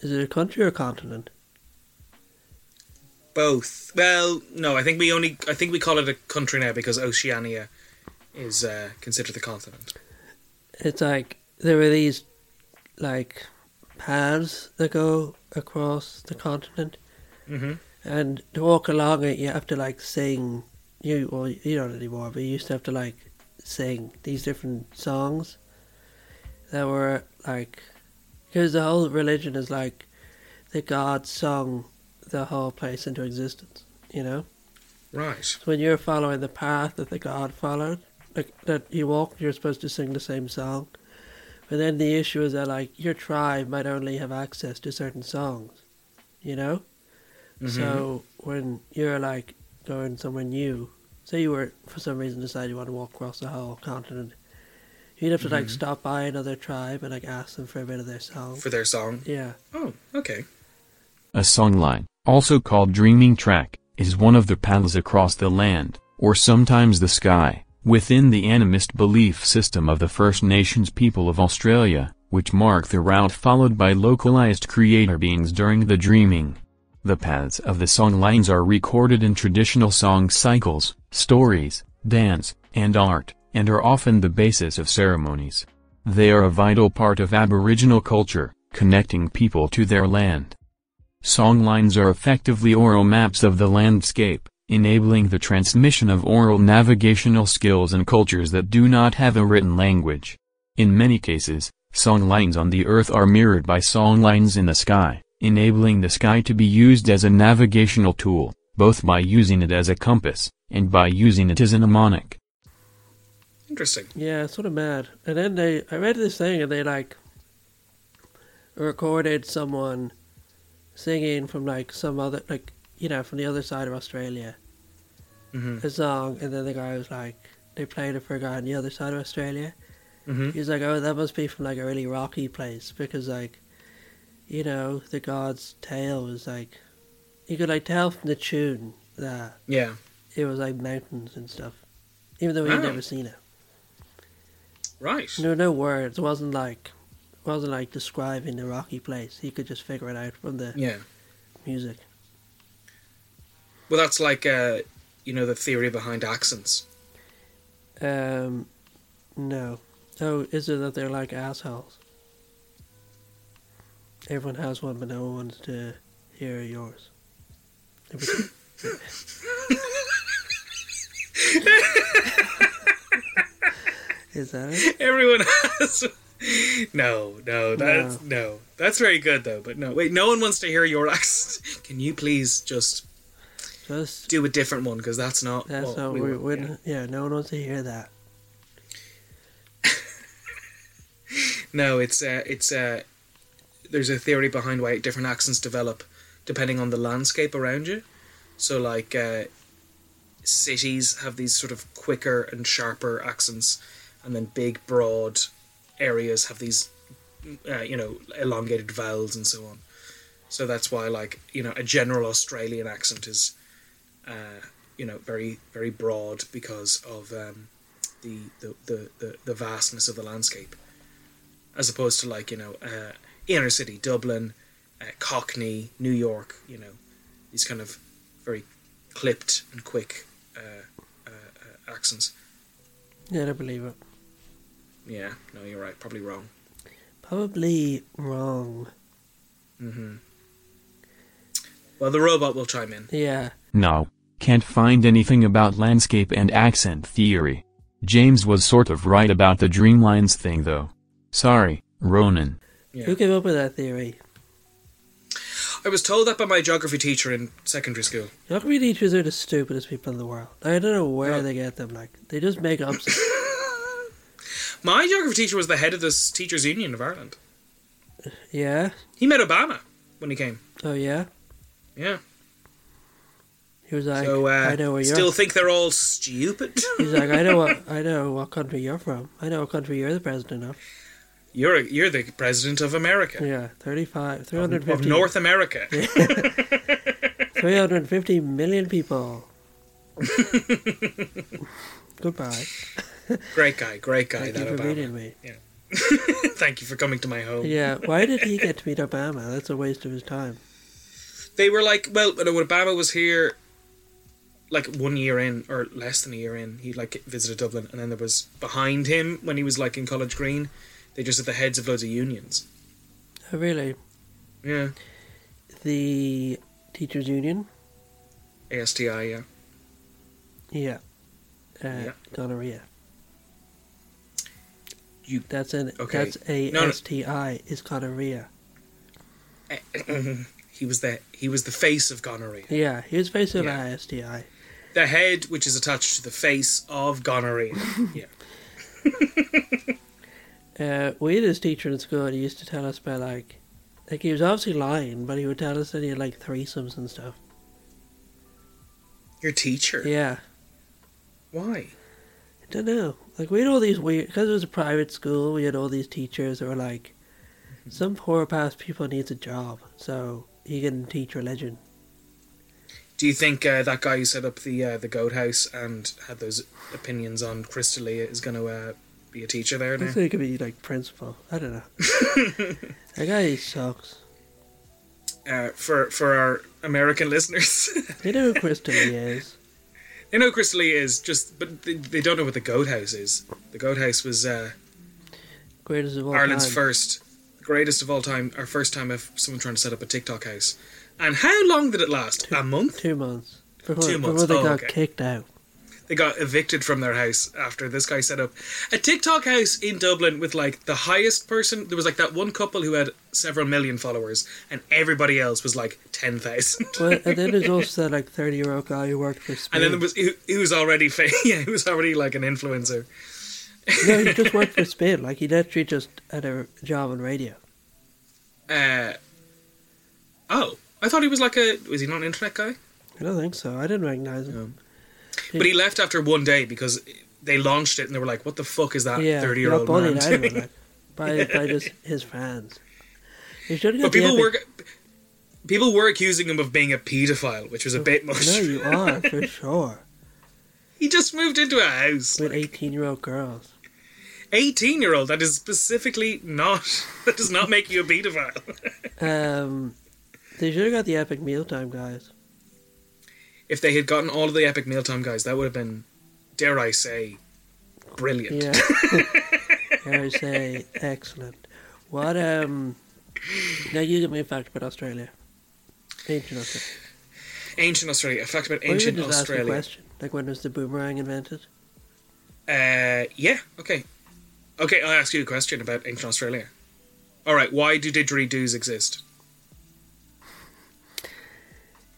Speaker 4: is it a country or continent?
Speaker 2: *laughs* Both. Well, no, I think we only I think we call it a country now because Oceania is uh, considered the continent.
Speaker 4: it's like there were these like paths that go across the continent,
Speaker 2: Mhm.
Speaker 4: and to walk along it, you have to like sing. You well, you don't anymore, but you used to have to like sing these different songs that were like because the whole religion is like the God sung the whole place into existence. You know,
Speaker 2: Right.
Speaker 4: so when you're following the path that the God followed, like that you walk, you're supposed to sing the same song. But then the issue is that like your tribe might only have access to certain songs, you know. So when you're like going somewhere new, say you were for some reason decide you want to walk across the whole continent, you'd have to like stop by another tribe and like ask them for a bit of their song.
Speaker 2: For their song.
Speaker 4: yeah,
Speaker 2: Oh, okay.
Speaker 5: A songline, also called dreaming track, is one of the paths across the land, or sometimes the sky, within the animist belief system of the First Nations people of Australia, which mark the route followed by localized creator beings during the dreaming. The paths of the song lines are recorded in traditional song cycles, stories, dance, and art, and are often the basis of ceremonies. They are a vital part of Aboriginal culture, connecting people to their land. Song lines are effectively oral maps of the landscape, enabling the transmission of oral navigational skills in cultures that do not have a written language. In many cases, song lines on the earth are mirrored by song lines in the sky, enabling the sky to be used as a navigational tool, both by using it as a compass, and by using it as a mnemonic.
Speaker 2: Interesting.
Speaker 4: Yeah, it's sort of mad. And then they, I read this thing and they like recorded someone singing from like some other, like, you know, from the other side of Australia
Speaker 2: Mm-hmm.
Speaker 4: a song. And then the guy was like, they played it for a guy on the other side of Australia.
Speaker 2: Mm-hmm.
Speaker 4: He's like, oh, that must be from like a really rocky place because like, you know, the god's tail was like, you could like tell from the tune that
Speaker 2: Yeah.
Speaker 4: it was like mountains and stuff, even though he'd
Speaker 2: Oh.
Speaker 4: never seen it.
Speaker 2: Right.
Speaker 4: There were no words. It wasn't like it wasn't like describing the rocky place. He could just figure it out from the
Speaker 2: Yeah.
Speaker 4: music.
Speaker 2: Well, that's like uh, you know the theory behind accents. *laughs*
Speaker 4: Um, no. Oh, is it that they're like assholes? Everyone has one, but no one wants to hear yours. It was- Is that it?
Speaker 2: Everyone has. *laughs* No, no, that's no. That's very good though. But no, wait, no one wants to hear your *laughs* accent. Can you please just
Speaker 4: Just
Speaker 2: do a different one because that's not.
Speaker 4: that's
Speaker 2: what
Speaker 4: not
Speaker 2: we
Speaker 4: we
Speaker 2: want,
Speaker 4: wouldn't.
Speaker 2: yeah.
Speaker 4: yeah, no one wants to hear that.
Speaker 2: No, it's uh, it's uh, there's a theory behind why different accents develop depending on the landscape around you. So like uh, cities have these sort of quicker and sharper accents, and then big broad areas have these uh, you know elongated vowels and so on. So that's why like you know a general Australian accent is uh, you know very very broad because of um, the, the, the, the the vastness of the landscape as opposed to like you know uh, inner city Dublin, uh, Cockney, New York. You know, these kind of very clipped and quick uh, uh, uh, accents.
Speaker 4: Yeah, I don't believe it.
Speaker 2: Yeah, no, you're right. Probably wrong.
Speaker 4: Probably wrong.
Speaker 2: hmm Well, the robot will chime in.
Speaker 4: Yeah.
Speaker 5: No. Can't find anything about landscape and accent theory. James was sort of right about the Dreamlines thing though. Sorry, Ronan.
Speaker 2: Yeah.
Speaker 4: Who came up with that theory?
Speaker 2: I was told that by my geography teacher in secondary school.
Speaker 4: Geography teachers are the stupidest people in the world. I don't know where
Speaker 2: Yeah.
Speaker 4: they get them. Like they just make up.
Speaker 2: *coughs*
Speaker 4: stuff.
Speaker 2: My geography teacher was the head of this teachers' union of Ireland.
Speaker 4: yeah.
Speaker 2: He met Obama when he came.
Speaker 4: Oh yeah.
Speaker 2: Yeah.
Speaker 4: He was like,
Speaker 2: so uh,
Speaker 4: I know where you're.
Speaker 2: still think they're all stupid.
Speaker 4: *laughs* He's like, I know what I know what country you're from. I know what country you're the president of.
Speaker 2: You're you're the president of America,
Speaker 4: Yeah, 35,
Speaker 2: of, of
Speaker 4: 350,
Speaker 2: North America.
Speaker 4: 350 million
Speaker 2: *laughs*
Speaker 4: people. Goodbye.
Speaker 2: Great guy, great guy.
Speaker 4: Thank
Speaker 2: that
Speaker 4: you for
Speaker 2: Obama.
Speaker 4: meeting me.
Speaker 2: Thank you for coming to my home.
Speaker 4: Yeah, why did he get to meet Obama? That's a waste of
Speaker 2: *laughs*
Speaker 4: his time.
Speaker 2: They were like, well, when Obama was here, like one year in or less than a year in, he like visited Dublin, and then there was behind him when he was like in College Green, they just had the heads of loads of unions.
Speaker 4: Oh, really,
Speaker 2: Yeah,
Speaker 4: the teachers' union.
Speaker 2: ASTI. Yeah,
Speaker 4: Yeah. Uh,
Speaker 2: Yeah.
Speaker 4: Gonorrhea.
Speaker 2: You-
Speaker 4: That's an
Speaker 2: okay.
Speaker 4: that's a
Speaker 2: No, no.
Speaker 4: STI is gonorrhea.
Speaker 2: *clears throat* he was the he was the face of gonorrhea.
Speaker 4: Yeah, he was faced with
Speaker 2: Yeah.
Speaker 4: an STI.
Speaker 2: The head, which is attached to the face of gonorrhea. yeah.
Speaker 4: Uh, we had this teacher in school. He used to tell us about like, like he was obviously lying, but he would tell us that he had like threesomes and stuff.
Speaker 2: Your teacher.
Speaker 4: Yeah,
Speaker 2: Why?
Speaker 4: I don't know. Like we had all these weird because it was a private school. We had all these teachers that were like,
Speaker 2: Mm-hmm.
Speaker 4: some poor past people needs a job, so he can teach religion.
Speaker 2: Do you think uh, that guy who set up the uh, the goat house and had those opinions on Crystalia is going to uh, be a teacher there
Speaker 4: I
Speaker 2: now?
Speaker 4: think it could be like principal. I don't know. that guy sucks.
Speaker 2: uh, for for our American *laughs* listeners.
Speaker 4: They know who Crystal Lee is.
Speaker 2: they know Crystal Lee is just, but they, they don't know what the Goat House is. The Goat House was uh,
Speaker 4: Greatest of all
Speaker 2: Ireland's
Speaker 4: time.
Speaker 2: first, greatest of all time, our first time of someone trying to set up a TikTok house. And how long did it last? A month?
Speaker 4: Two months. Before,
Speaker 2: Two months,
Speaker 4: before they
Speaker 2: oh,
Speaker 4: got
Speaker 2: okay.
Speaker 4: kicked out.
Speaker 2: They got evicted from their house after this guy set up a TikTok house in Dublin with like the highest person. There was like that one couple who had several million followers, and everybody else was like 10,000.
Speaker 4: Well, and then there's also that like 30 year old guy who worked for Spain.
Speaker 2: *laughs* And then there was who, who was already fa- *laughs* yeah, who was already like an influencer.
Speaker 4: no, he just worked for Spain. Like he literally just had a job on radio.
Speaker 2: Uh, oh, I thought he was like a was he not an internet guy?
Speaker 4: I don't think so. I didn't recognize him.
Speaker 2: Um, But he left after one day because they launched it and they were like, "What the fuck is that
Speaker 4: yeah,
Speaker 2: thirty
Speaker 4: he
Speaker 2: year
Speaker 4: got
Speaker 2: old uh, man?"
Speaker 4: bullied
Speaker 2: doing?"
Speaker 4: anyway, like, by by just his fans. He should
Speaker 2: *laughs* But people were people were accusing him of being a paedophile, which was a bit much.
Speaker 4: Oh, No,
Speaker 2: *laughs*
Speaker 4: you are for sure
Speaker 2: he just moved into a house.
Speaker 4: with 18 year old girls.
Speaker 2: Eighteen year old. That is specifically not. *laughs* That does not make you a paedophile. *laughs*
Speaker 4: Um, they should have got the epic mealtime guys.
Speaker 2: if they had gotten all of the epic mealtime guys, that would have been, dare I say, brilliant. *laughs*
Speaker 4: Yeah. Dare I say excellent. What um now you give me a fact about Australia. Ancient Australia.
Speaker 2: Ancient Australia. A fact about
Speaker 4: Or you
Speaker 2: ancient
Speaker 4: could just ask a
Speaker 2: Australia.
Speaker 4: question. Like when was the boomerang invented?
Speaker 2: Uh, yeah. Okay. Okay. I'll ask you a question about ancient Australia. All right. Why do didgeridoos exist?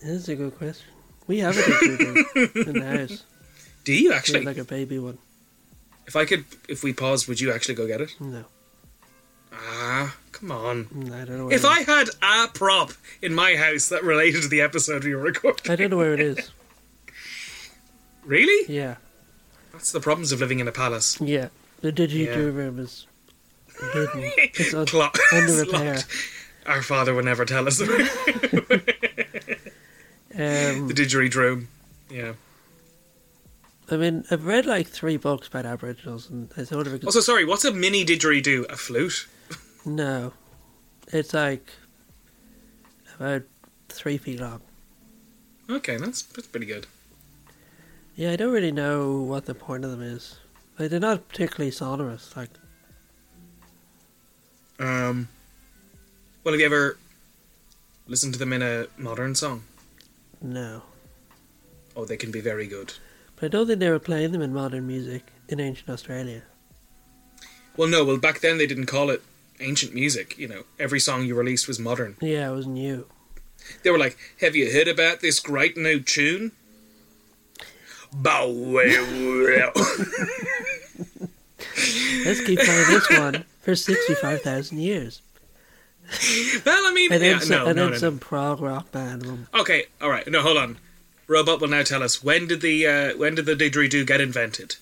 Speaker 4: This is a good question. We have a didgeridoo
Speaker 2: *laughs*
Speaker 4: in the house.
Speaker 2: Do you
Speaker 4: We have
Speaker 2: actually?
Speaker 4: like a baby one.
Speaker 2: if I could, if we paused, would you actually go get it?
Speaker 4: No,
Speaker 2: Ah, come on.
Speaker 4: Mm, I don't know. Where
Speaker 2: If
Speaker 4: it
Speaker 2: I
Speaker 4: is.
Speaker 2: had a prop in my house that related to the episode we were recording,
Speaker 4: I don't know where it is.
Speaker 2: really?
Speaker 4: Yeah,
Speaker 2: That's the problems of living in a palace.
Speaker 4: yeah. The didgeridoo
Speaker 2: Yeah.
Speaker 4: room is hidden.
Speaker 2: *laughs*
Speaker 4: It's un-
Speaker 2: Clock.
Speaker 4: under
Speaker 2: It's
Speaker 4: repair.
Speaker 2: locked. Our father would never tell us *laughs* the
Speaker 4: Um,
Speaker 2: didgeridoo. Yeah.
Speaker 4: I mean, I've read like three books about Aboriginals, and I sort of
Speaker 2: Also, sorry. What's a mini didgeridoo? A flute?
Speaker 4: No. It's like about three feet long.
Speaker 2: Okay, that's that's pretty good.
Speaker 4: Yeah, I don't really know what the point of them is. Like, they're not particularly sonorous. Like,
Speaker 2: Um. Well, have you ever listened to them in a modern song?
Speaker 4: no.
Speaker 2: Oh, they can be very good.
Speaker 4: But I don't think they were playing them in modern music in ancient Australia.
Speaker 2: Well, no. Well, back then they didn't call it ancient music. You know, every song you released was modern.
Speaker 4: Yeah, it was new.
Speaker 2: They were like, "Have you heard about this great new tune?" Bow
Speaker 4: *laughs*
Speaker 2: wow, wow.
Speaker 4: Let's keep playing
Speaker 2: *laughs*
Speaker 4: this one for 65,000 years.
Speaker 2: well, I mean,
Speaker 4: And then,
Speaker 2: yeah,
Speaker 4: so-
Speaker 2: no,
Speaker 4: and
Speaker 2: no,
Speaker 4: then
Speaker 2: no,
Speaker 4: some prog rock band. will-
Speaker 2: no. Okay, all right. No, hold on. Robot will now tell us when did the uh, when did the didgeridoo get invented?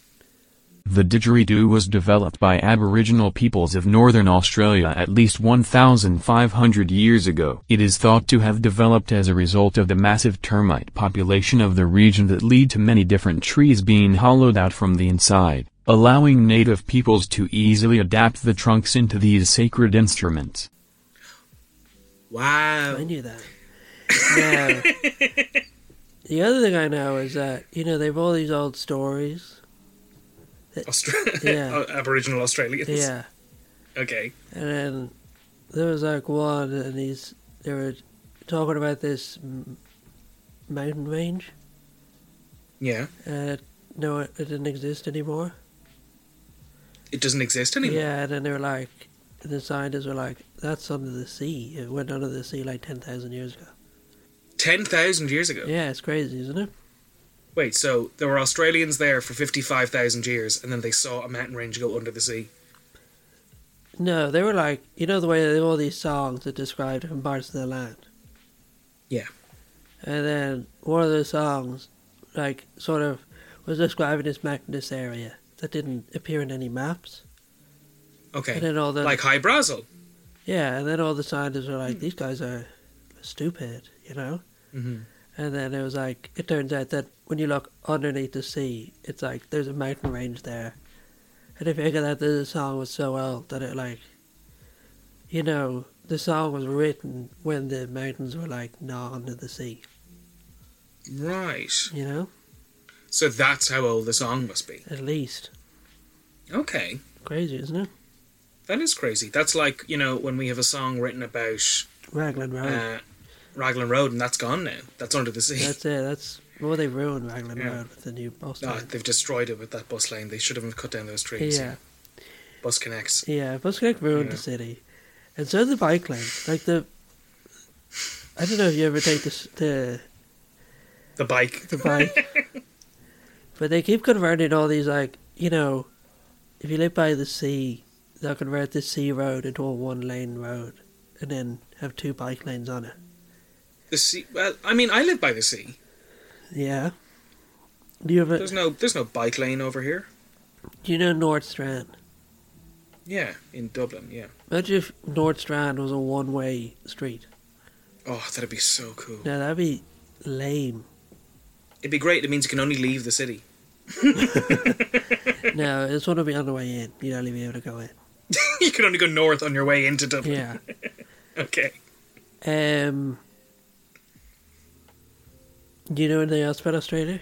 Speaker 5: The didgeridoo was developed by Aboriginal peoples of northern Australia at least 1,500 years ago. It is thought to have developed as a result of the massive termite population of the region that lead to many different trees being hollowed out from the inside, allowing native peoples to easily adapt the trunks into these sacred instruments.
Speaker 2: Wow.
Speaker 4: I knew that. Now, the other thing I know is that, you know, they've all these old stories.
Speaker 2: Austra-
Speaker 4: *laughs* Yeah.
Speaker 2: *laughs* Aboriginal Australians.
Speaker 4: Yeah.
Speaker 2: Okay.
Speaker 4: And then there was like one, and he's they were talking about this m- mountain range,
Speaker 2: Yeah.
Speaker 4: and it, no, it didn't exist anymore.
Speaker 2: It doesn't exist anymore.
Speaker 4: Yeah, and then they were like, the scientists were like, "That's under the sea. It went under the sea like ten thousand years ago."
Speaker 2: Ten thousand years ago.
Speaker 4: Yeah, it's crazy, isn't it?
Speaker 2: Wait, so there were Australians there for fifty-five thousand years, and then they saw a mountain range go under the sea.
Speaker 4: No, they were like, you know, the way they have all these songs that describe different parts of the land.
Speaker 2: Yeah.
Speaker 4: And then one of the songs, like, sort of was describing this mountainous area that didn't appear in any maps.
Speaker 2: Okay.
Speaker 4: And then all the
Speaker 2: Like Hmm. High Brazil.
Speaker 4: yeah, and then all the scientists were like, "These guys are stupid," you know.
Speaker 2: Mhm.
Speaker 4: And then it was like, it turns out that when you look underneath the sea, it's like there's a mountain range there, and they figured out that the song was so old that it like, you know, the song was written when the mountains were like not under the sea.
Speaker 2: Right.
Speaker 4: You know,
Speaker 2: So that's how old the song must be.
Speaker 4: at least
Speaker 2: Okay.
Speaker 4: crazy, isn't it?
Speaker 2: That is crazy. That's like, you know, when we have a song written about
Speaker 4: Raglan Road.
Speaker 2: uh, Raglan Road and that's gone now. That's under the sea.
Speaker 4: That's it. That's well, they ruined Raglan
Speaker 2: Yeah.
Speaker 4: Road with the new
Speaker 2: *laughs*
Speaker 4: bus.
Speaker 2: Ah,
Speaker 4: line.
Speaker 2: they've destroyed it with that bus lane. They should have cut down those trees.
Speaker 4: yeah,
Speaker 2: Bus connects.
Speaker 4: yeah. Bus Connect ruined
Speaker 2: Yeah.
Speaker 4: the city, and so did the bike lane. Like the, I don't know if you ever take this the
Speaker 2: The bike.
Speaker 4: the bike, *laughs* but they keep converting all these like you know, if you live by the sea, they'll convert the sea road into a one lane road, and then have two bike lanes on it.
Speaker 2: *laughs* The sea. Well, I mean, I live by the sea.
Speaker 4: Yeah. Do you have a,
Speaker 2: There's no there's no bike lane over here.
Speaker 4: Do you know North Strand?
Speaker 2: Yeah, in Dublin, yeah.
Speaker 4: Imagine if North Strand was a one way street.
Speaker 2: Oh, that'd be so cool.
Speaker 4: Now that'd be lame.
Speaker 2: It'd be great. It means you can only leave the city. *laughs*
Speaker 4: no, this one would be on the way in. You'd only be able to go in.
Speaker 2: you can only go north on your way into Dublin.
Speaker 4: Yeah.
Speaker 2: *laughs* Okay.
Speaker 4: um. Do you know anything else about Australia?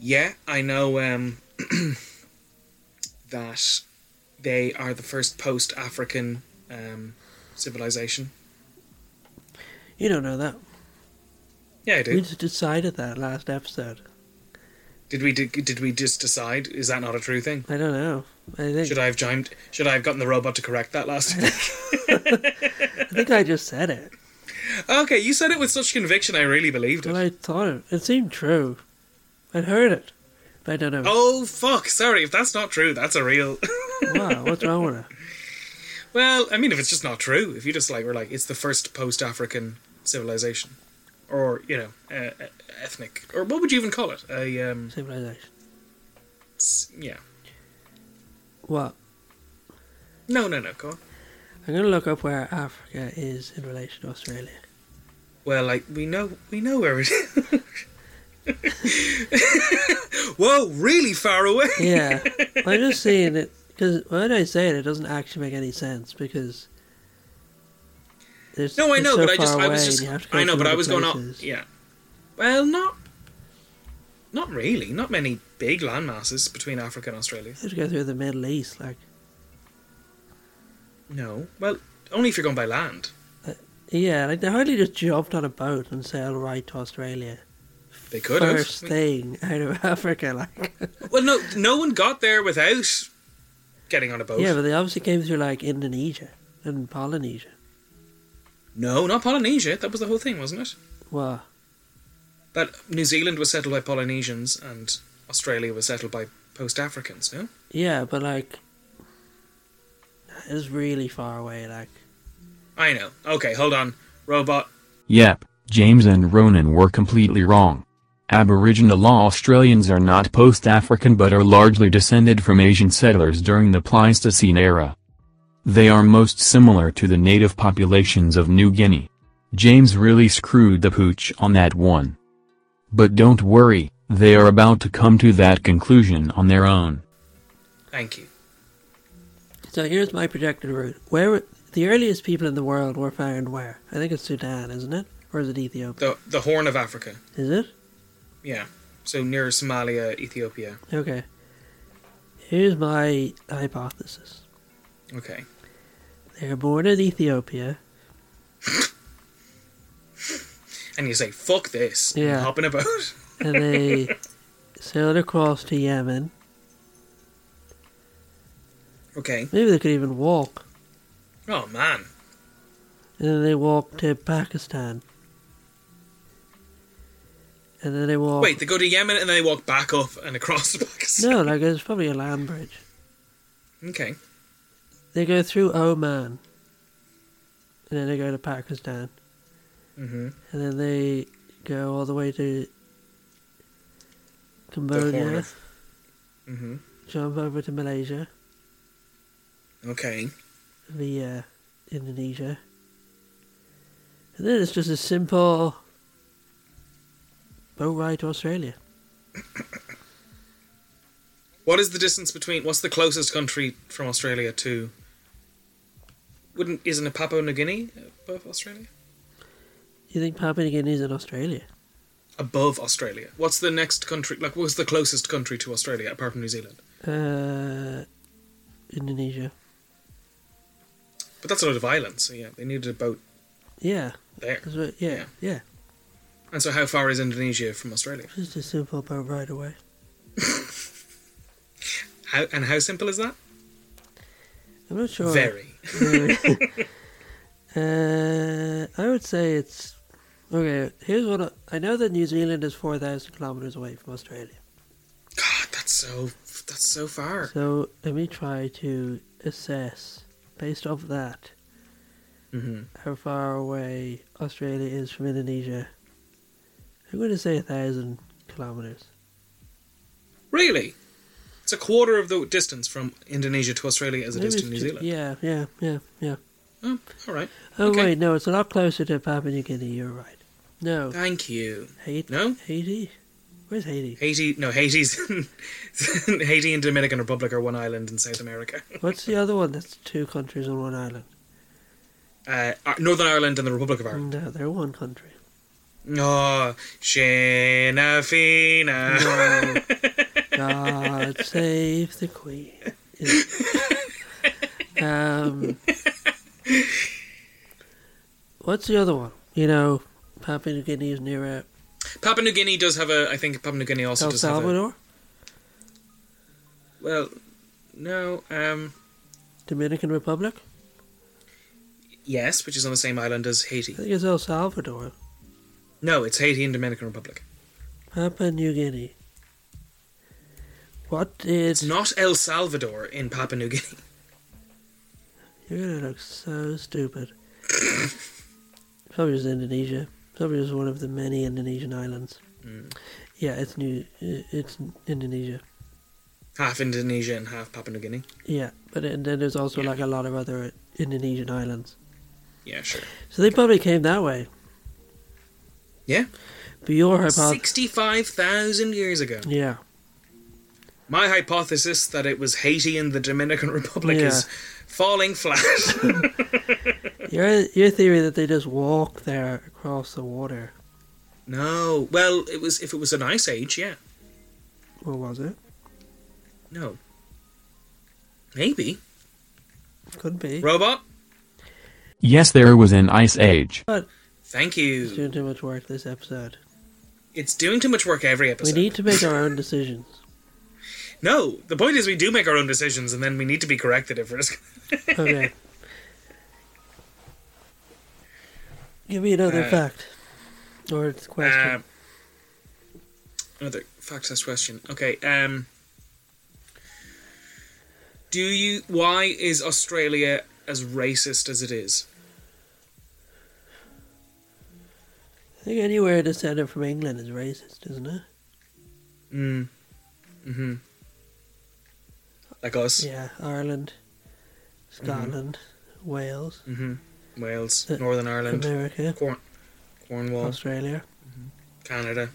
Speaker 2: Yeah, I know um, *clears throat* that they are the first post African um, civilization.
Speaker 4: You don't know that.
Speaker 2: Yeah, I
Speaker 4: We
Speaker 2: do.
Speaker 4: just decided that last episode.
Speaker 2: Did we did, did we just decide? Is that not a true thing?
Speaker 4: I don't know. I think
Speaker 2: Should I have chimed? Should I have gotten the robot to correct that
Speaker 4: *laughs*
Speaker 2: last?
Speaker 4: I think I just said it.
Speaker 2: *laughs* okay, you said it with such conviction. I really believed
Speaker 4: Well,
Speaker 2: it.
Speaker 4: I thought it. It seemed true. I'd heard it, but I don't know.
Speaker 2: Oh fuck! Sorry, if that's not true, that's a real. *laughs*
Speaker 4: Wow, what's wrong with it?
Speaker 2: Well, I mean, if it's just not true, if you just like were like, it's the first post-African civilization, or you know, uh, uh, ethnic, or what would you even call it? A um,
Speaker 4: Civilization.
Speaker 2: s- yeah.
Speaker 4: What?
Speaker 2: No, no, no. Go on.
Speaker 4: I'm gonna look up where Africa is in relation to Australia.
Speaker 2: Well, like we know, we know where it is. *laughs* Whoa, really far away.
Speaker 4: Yeah, I'm just saying it because when I say it, it doesn't actually make any sense because there's
Speaker 2: *laughs* No, I
Speaker 4: it's
Speaker 2: know,
Speaker 4: so
Speaker 2: but I just,
Speaker 4: far
Speaker 2: I
Speaker 4: away
Speaker 2: was
Speaker 4: and
Speaker 2: just,
Speaker 4: you have to go
Speaker 2: I know,
Speaker 4: to
Speaker 2: but I
Speaker 4: other
Speaker 2: was going on.
Speaker 4: places.
Speaker 2: Yeah. Well, not, not really. Not many big landmasses between Africa and Australia.
Speaker 4: You have to go through the Middle East, like
Speaker 2: No. Well, only if you're going by land.
Speaker 4: yeah, like they hardly just jumped on a boat and sailed right to Australia.
Speaker 2: They could
Speaker 4: First
Speaker 2: have.
Speaker 4: thing out of *laughs* Africa, like
Speaker 2: Well, no, no one got there without getting on a boat.
Speaker 4: yeah, but they obviously came through like Indonesia and Polynesia.
Speaker 2: no, not Polynesia. That was the whole thing, wasn't it?
Speaker 4: Wow,
Speaker 2: That New Zealand was settled by Polynesians and Australia was settled by post Africans, no?
Speaker 4: yeah, but like it's really far away, like.
Speaker 2: I know. Okay, hold on. Robot.
Speaker 5: Yep, James and Ronan were completely wrong. Aboriginal law Australians are not post African but are largely descended from Asian settlers during the Pleistocene era. They are most similar to the native populations of New Guinea. James really screwed the pooch on that one. But don't worry, they are about to come to that conclusion on their own.
Speaker 2: Thank you.
Speaker 4: So here's my projected route. Where were- the earliest people in the world were found? Where? I think it's Sudan, isn't it? Or is it Ethiopia?
Speaker 2: The, the Horn of Africa.
Speaker 4: Is it?
Speaker 2: Yeah. So near Somalia, Ethiopia.
Speaker 4: Okay. Here's my hypothesis.
Speaker 2: Okay.
Speaker 4: They were born in Ethiopia.
Speaker 2: And you say, fuck this. and
Speaker 4: Yeah.
Speaker 2: Hop in a boat. *laughs*
Speaker 4: and they sailed across to Yemen.
Speaker 2: Okay.
Speaker 4: Maybe they could even walk.
Speaker 2: Oh, man.
Speaker 4: And then they walked to Pakistan. And then they walked.
Speaker 2: Wait, they go to Yemen and then they walk back up and across the Pakistan.
Speaker 4: No, like it's probably a land bridge.
Speaker 2: Okay.
Speaker 4: They go through Oman. And then they go to Pakistan.
Speaker 2: hmm
Speaker 4: And then they go all the way to Cambodia,
Speaker 2: hmm
Speaker 4: jump over to Malaysia
Speaker 2: Okay.
Speaker 4: via Indonesia. And then it's just a simple boat ride to Australia.
Speaker 2: What is the distance between? What's the closest country from Australia to wouldn't isn't it Papua New Guinea above Australia?
Speaker 4: You think Papua New Guinea is in Australia?
Speaker 2: Above Australia. What's the next country? Like, what's the closest country to Australia apart from New Zealand?
Speaker 4: Uh, Indonesia.
Speaker 2: But that's a lot of islands. So yeah, they needed a boat
Speaker 4: Yeah.
Speaker 2: there.
Speaker 4: That's what, yeah,
Speaker 2: Yeah.
Speaker 4: yeah.
Speaker 2: And so, how far is Indonesia from Australia?
Speaker 4: Just a simple boat right away.
Speaker 2: How and how simple is that?
Speaker 4: I'm not sure.
Speaker 2: Very.
Speaker 4: Very. uh, I would say it's okay. Here's what I, I know that New Zealand is four thousand kilometers away from Australia.
Speaker 2: God, that's so that's so far.
Speaker 4: So let me try to assess based off that
Speaker 2: hmm
Speaker 4: how far away Australia is from Indonesia. I'm going to say a thousand kilometers.
Speaker 2: Really? It's a quarter of the distance from Indonesia to Australia as it is
Speaker 4: Maybe
Speaker 2: to
Speaker 4: it's
Speaker 2: New
Speaker 4: ju-
Speaker 2: Zealand.
Speaker 4: Yeah, yeah, yeah, yeah.
Speaker 2: Oh, all right.
Speaker 4: Oh
Speaker 2: Okay.
Speaker 4: wait, no, it's a lot closer to Papua New Guinea. You're right. No,
Speaker 2: Thank you.
Speaker 4: Haiti.
Speaker 2: No?
Speaker 4: Haiti. Where's Haiti?
Speaker 2: Haiti, no, Haiti's *laughs* Haiti and Dominican Republic are one island in South America.
Speaker 4: What's the other one? That's two countries on one island.
Speaker 2: Uh, Ar- Northern Ireland and the Republic of Ireland.
Speaker 4: No, they're one country.
Speaker 2: Oh, Shina
Speaker 4: No.
Speaker 2: Fina.
Speaker 4: God save the queen. um, what's the other one? You know, Papua New Guinea is
Speaker 2: *laughs*
Speaker 4: near uh,
Speaker 2: Papua New Guinea does have a. I think Papua New Guinea also
Speaker 4: El
Speaker 2: does have
Speaker 4: Salvador,
Speaker 2: a. Well, no. Um,
Speaker 4: Dominican Republic.
Speaker 2: yes, which is on the same island as
Speaker 4: I
Speaker 2: Haiti.
Speaker 4: think it's El Salvador.
Speaker 2: No, it's Haiti and Dominican Republic.
Speaker 4: Papua New Guinea. What did
Speaker 2: It's not El Salvador in Papua New Guinea. *laughs*
Speaker 4: You're gonna look so stupid. *coughs* Probably just Indonesia. Probably just one of the many Indonesian islands. Yeah, it's new. uh, It's Indonesia.
Speaker 2: Half Indonesia and half Papua New Guinea.
Speaker 4: Yeah, but and then there's also
Speaker 2: Yeah.
Speaker 4: like a lot of other Indonesian islands.
Speaker 2: Yeah, sure.
Speaker 4: So they probably came that way.
Speaker 2: Yeah.
Speaker 4: But your hypothesis.
Speaker 2: 65,000 years ago.
Speaker 4: Yeah.
Speaker 2: My hypothesis that it was Haiti and the Dominican *laughs* Republic
Speaker 4: Yeah.
Speaker 2: is falling flat. *laughs*
Speaker 4: Your your theory that they just walk there across the water.
Speaker 2: no. Well, it was if it was an ice age, yeah.
Speaker 4: What was it?
Speaker 2: No. Maybe.
Speaker 4: Could be.
Speaker 2: Robot?
Speaker 5: Yes, there was an ice age.
Speaker 2: Thank
Speaker 4: It's
Speaker 2: you.
Speaker 4: doing too much work this episode.
Speaker 2: It's doing too much work every
Speaker 4: We
Speaker 2: episode.
Speaker 4: need to make our own decisions.
Speaker 2: No, the point is we do make our own decisions and then we need to be corrected if we're just *laughs*
Speaker 4: Okay. Give me another
Speaker 2: Uh,
Speaker 4: fact. Or it's a question.
Speaker 2: Um, another fact test question. Okay. Um, do you? Why is Australia as racist as it is?
Speaker 4: I think anywhere descended from England is racist, isn't it?
Speaker 2: Mm. Hmm. Like us.
Speaker 4: Yeah, Ireland, Scotland, Wales,
Speaker 2: hmm Wales,
Speaker 4: Uh,
Speaker 2: Northern Ireland,
Speaker 4: America,
Speaker 2: Corn- Cornwall,
Speaker 4: Australia.
Speaker 2: Canada,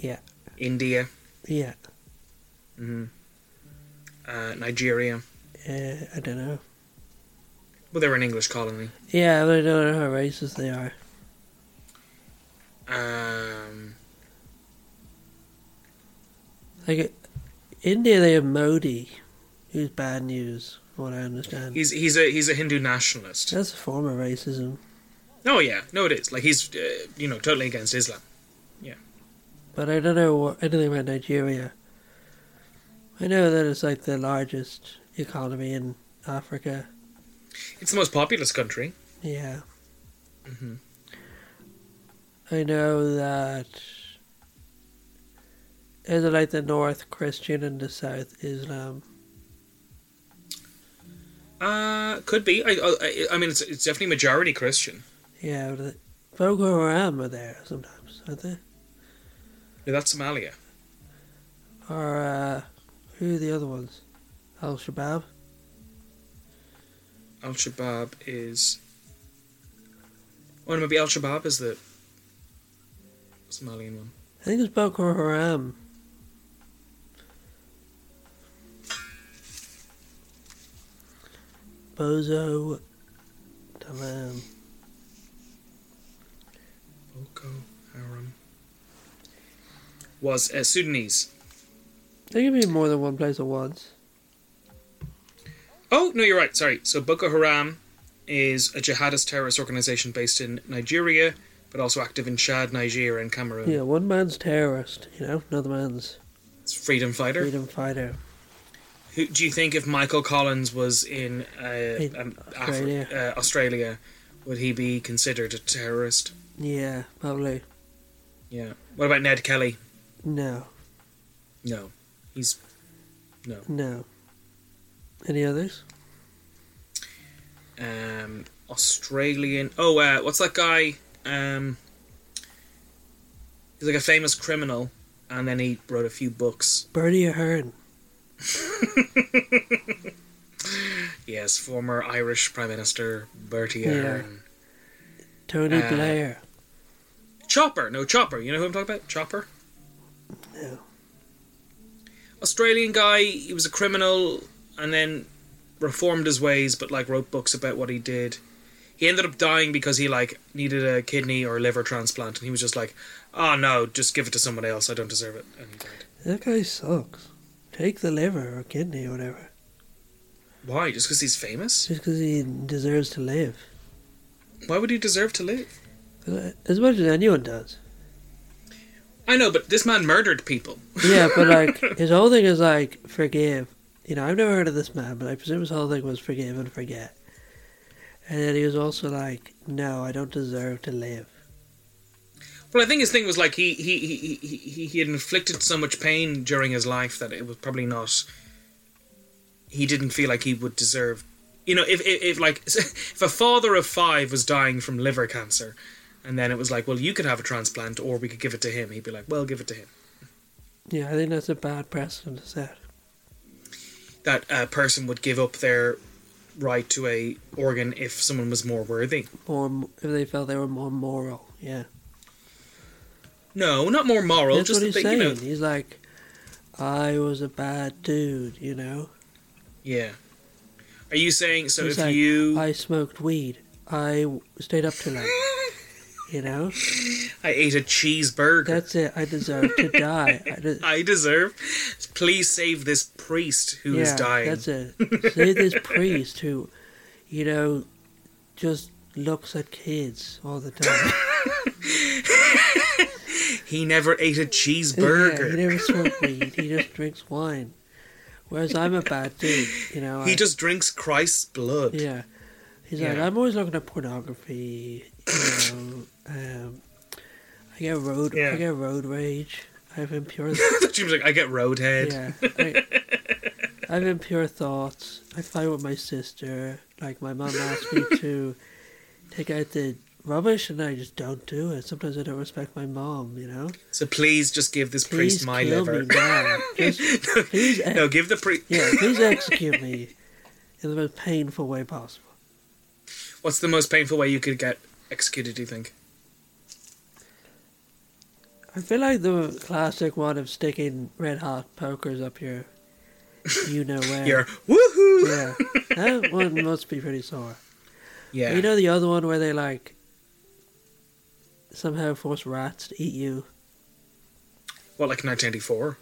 Speaker 4: Yeah,
Speaker 2: India, Mm-hmm.
Speaker 4: yeah.
Speaker 2: uh, Nigeria.
Speaker 4: Uh, I don't know.
Speaker 2: Well, they were an English colony.
Speaker 4: Yeah, but I don't know how racist they are.
Speaker 2: Um.
Speaker 4: Like, uh, India, they have Modi, who's bad news, from what I understand.
Speaker 2: He's he's a he's a Hindu nationalist.
Speaker 4: That's a form of racism.
Speaker 2: Oh yeah, no, it is. Like he's uh, you know totally against Islam.
Speaker 4: But I don't know what, anything about Nigeria. I know that it's like the largest economy in Africa.
Speaker 2: It's the most populous country.
Speaker 4: Yeah.
Speaker 2: Mhm.
Speaker 4: I know that. Is it like the North Christian and the South Islam?
Speaker 2: Uh, could be. I, I, I mean, it's, it's definitely majority Christian.
Speaker 4: Yeah, but the- Boko Haram are there sometimes, aren't they?
Speaker 2: No, that's Somalia.
Speaker 4: Or uh, who are the other ones? Al Shabaab.
Speaker 2: Al Shabaab is. Oh, maybe Al Shabaab is the Somalian one.
Speaker 4: I think it's Boko Haram. Bozo. The lamb.
Speaker 2: Boko Haram was uh, Sudanese.
Speaker 4: They can be more than one place at once.
Speaker 2: Oh no, you're right. Sorry. So Boko Haram is a jihadist terrorist organization based in Nigeria, but also active in Chad, Niger, and Cameroon.
Speaker 4: Yeah, one man's terrorist, you know, another man's
Speaker 2: It's freedom fighter.
Speaker 4: freedom fighter.
Speaker 2: Who do you think if Michael Collins was in, uh,
Speaker 4: In
Speaker 2: um,
Speaker 4: Australia.
Speaker 2: Afri- uh, Australia, would he be considered a terrorist?
Speaker 4: Yeah, probably.
Speaker 2: Yeah. What about Ned Kelly?
Speaker 4: No,
Speaker 2: No, he's no.
Speaker 4: no. Any others?
Speaker 2: um, Australian. Oh, uh, what's that guy? Um, he's like a famous criminal, and then he wrote a few books.
Speaker 4: Bertie Ahern.
Speaker 2: Yes, former Irish Prime Minister Bertie
Speaker 4: Yeah.
Speaker 2: Ahern.
Speaker 4: Tony
Speaker 2: Uh,
Speaker 4: Blair.
Speaker 2: Chopper, no Chopper. You know who I'm talking about? Chopper,
Speaker 4: No.
Speaker 2: Australian guy. He was a criminal, and then reformed his ways, but like wrote books about what he did. He ended up dying because he like needed a kidney or liver transplant, and he was just like, "Oh no, just give it to someone else. I don't deserve it." And he died.
Speaker 4: That guy sucks. Take the liver or kidney or whatever.
Speaker 2: Why? Just because he's famous?
Speaker 4: Just because he deserves to live. Uh,
Speaker 2: Why would he deserve to live?
Speaker 4: As much as anyone does.
Speaker 2: I know, but this man murdered people.
Speaker 4: Yeah,
Speaker 2: *laughs*
Speaker 4: but like, his whole thing is like, forgive. You know, I've never heard of this man, but I presume his whole thing was forgive and forget. And then he was also like, no, I don't deserve to live.
Speaker 2: Well, I think his thing was like he he he he, he, he had inflicted so much pain during his life that it was probably not. He didn't feel like he would deserve. You know, if if, if like *laughs* if a father of five was dying from liver cancer, and then it was like, well, you could have a transplant, or we could give it to him. He'd be like, well, give it to him.
Speaker 4: Yeah, I think that's a bad precedent to set.
Speaker 2: That uh, person would give up their right to a organ if someone was more worthy.
Speaker 4: More, m- if they felt they were more moral, yeah.
Speaker 2: No, not more moral.
Speaker 4: that's
Speaker 2: just
Speaker 4: what he's
Speaker 2: that, they-
Speaker 4: saying.
Speaker 2: you know,
Speaker 4: He's like, I was a bad dude, you know?
Speaker 2: Yeah. Are you saying so?
Speaker 4: He's
Speaker 2: if
Speaker 4: like,
Speaker 2: you, *laughs* I,
Speaker 4: I smoked weed. I w- stayed up too late. You know,
Speaker 2: ate a cheeseburger,
Speaker 4: that's it. I deserve to die. I de-
Speaker 2: I deserve. Please save this priest who is
Speaker 4: yeah,
Speaker 2: dying.
Speaker 4: that's it.
Speaker 2: *laughs*
Speaker 4: See this priest who, you know, just looks at kids all
Speaker 2: *laughs*
Speaker 4: the time.
Speaker 2: He never ate a
Speaker 4: Yeah, he
Speaker 2: cheeseburger. *laughs*
Speaker 4: never smoked weed. He just drinks wine. Whereas I'm a bad dude. You know,
Speaker 2: he
Speaker 4: I-
Speaker 2: just drinks Christ's blood. *laughs*
Speaker 4: Yeah. He's like,
Speaker 2: Yeah.
Speaker 4: I'm always looking at pornography. You know, um, I get road,
Speaker 2: Yeah.
Speaker 4: I get road rage. I have impure,
Speaker 2: *laughs* she was like, I get roadhead.
Speaker 4: yeah. I, I have impure thoughts. I fight with my sister. Like my mom asked
Speaker 2: *laughs*
Speaker 4: me to take out the rubbish, and I just don't do it. Sometimes I don't respect my mom. You know,
Speaker 2: So please just give this
Speaker 4: please
Speaker 2: priest my
Speaker 4: kill
Speaker 2: liver.
Speaker 4: me now.
Speaker 2: *laughs*
Speaker 4: Just, please, ex-
Speaker 2: no, give the priest.
Speaker 4: yeah, please execute me in the most painful way possible.
Speaker 2: What's the most painful way you could get executed? Do you think?
Speaker 4: I feel like the classic one of sticking red hot pokers up your, you
Speaker 2: *laughs*
Speaker 4: know where.
Speaker 2: You're woohoo.
Speaker 4: yeah, that one must be pretty sore.
Speaker 2: *laughs* Yeah.
Speaker 4: You know the other one where they like somehow force rats to eat you.
Speaker 2: What like 1984?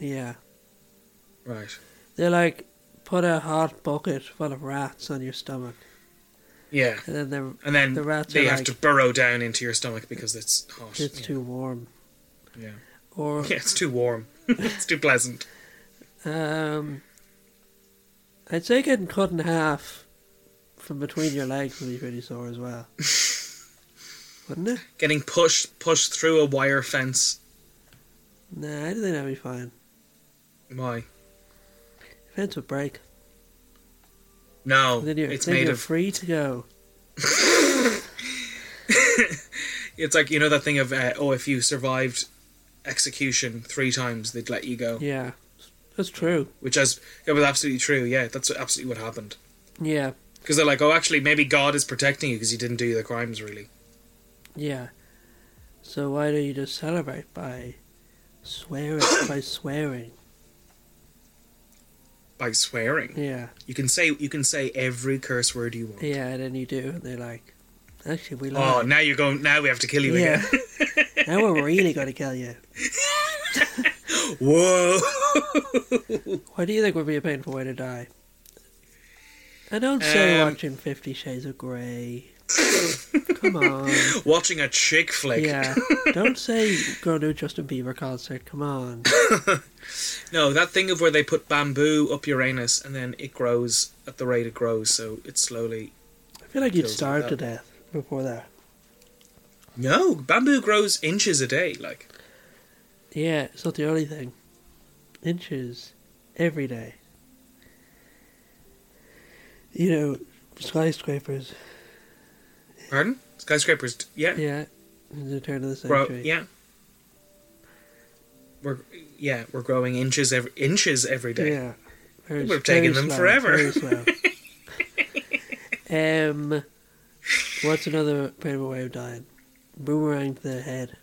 Speaker 4: Yeah,
Speaker 2: Right.
Speaker 4: they like put a hot bucket full of rats on your stomach,
Speaker 2: Yeah.
Speaker 4: and then they're
Speaker 2: And then
Speaker 4: The rats
Speaker 2: they
Speaker 4: are
Speaker 2: have
Speaker 4: like-
Speaker 2: to burrow down into your stomach because it's hot.
Speaker 4: it's
Speaker 2: yeah.
Speaker 4: too warm.
Speaker 2: Yeah. *laughs*
Speaker 4: Or
Speaker 2: Yeah, it's too warm. *laughs* it's too pleasant.
Speaker 4: um, I'd say getting cut in half from between your legs would be pretty sore
Speaker 2: *laughs*
Speaker 4: as well, wouldn't it?
Speaker 2: Getting pushed pushed through a wire fence.
Speaker 4: Nah, I don't think that'd be fine.
Speaker 2: Why?
Speaker 4: Fence would break.
Speaker 2: No,
Speaker 4: And then you're,
Speaker 2: it's
Speaker 4: then
Speaker 2: made
Speaker 4: you're
Speaker 2: of.
Speaker 4: free to go.
Speaker 2: It's like you know that thing of uh, oh, if you survived execution three times, they'd let you go,
Speaker 4: Yeah, that's true.
Speaker 2: which is it was absolutely true. Yeah, that's absolutely what happened.
Speaker 4: Yeah,
Speaker 2: Because they're like, oh, actually, maybe God is protecting you because you didn't do the crimes really.
Speaker 4: yeah. So why don't you just
Speaker 2: *coughs*
Speaker 4: celebrate by swearing? by swearing,
Speaker 2: like swearing.
Speaker 4: Yeah.
Speaker 2: You can say you can say every curse word you want.
Speaker 4: Yeah, and then you do, and they're like, actually, we
Speaker 2: Oh,
Speaker 4: lied.
Speaker 2: now you're going. Now we have to kill you
Speaker 4: yeah.
Speaker 2: again. *laughs*
Speaker 4: now we're really going to kill you.
Speaker 2: Whoa! *laughs*
Speaker 4: What do you think would be a painful way to die? I don't say
Speaker 2: Um,
Speaker 4: watching Fifty Shades of Grey.
Speaker 2: *laughs*
Speaker 4: Come on.
Speaker 2: Watching a chick flick.
Speaker 4: Yeah. Don't say go to a Justin Bieber concert. Come on.
Speaker 2: No, that thing of where they put bamboo up Uranus and then it grows at the rate it grows, so it slowly.
Speaker 4: I feel like you'd
Speaker 2: Kills you
Speaker 4: starve to
Speaker 2: with
Speaker 4: death before that.
Speaker 2: No, bamboo grows inches a day. Like
Speaker 4: Yeah, it's not the only thing. Inches every day. You know, skyscrapers.
Speaker 2: pardon skyscrapers. d- Yeah,
Speaker 4: Yeah, in the turn of the
Speaker 2: grow.
Speaker 4: century.
Speaker 2: Yeah, we're yeah we're growing inches every inches every day.
Speaker 4: Yeah. Very-
Speaker 2: We're taking them
Speaker 4: very slow,
Speaker 2: forever.
Speaker 4: very slow.
Speaker 2: *laughs*
Speaker 4: um, what's another painful way of dying? Boomerang to the head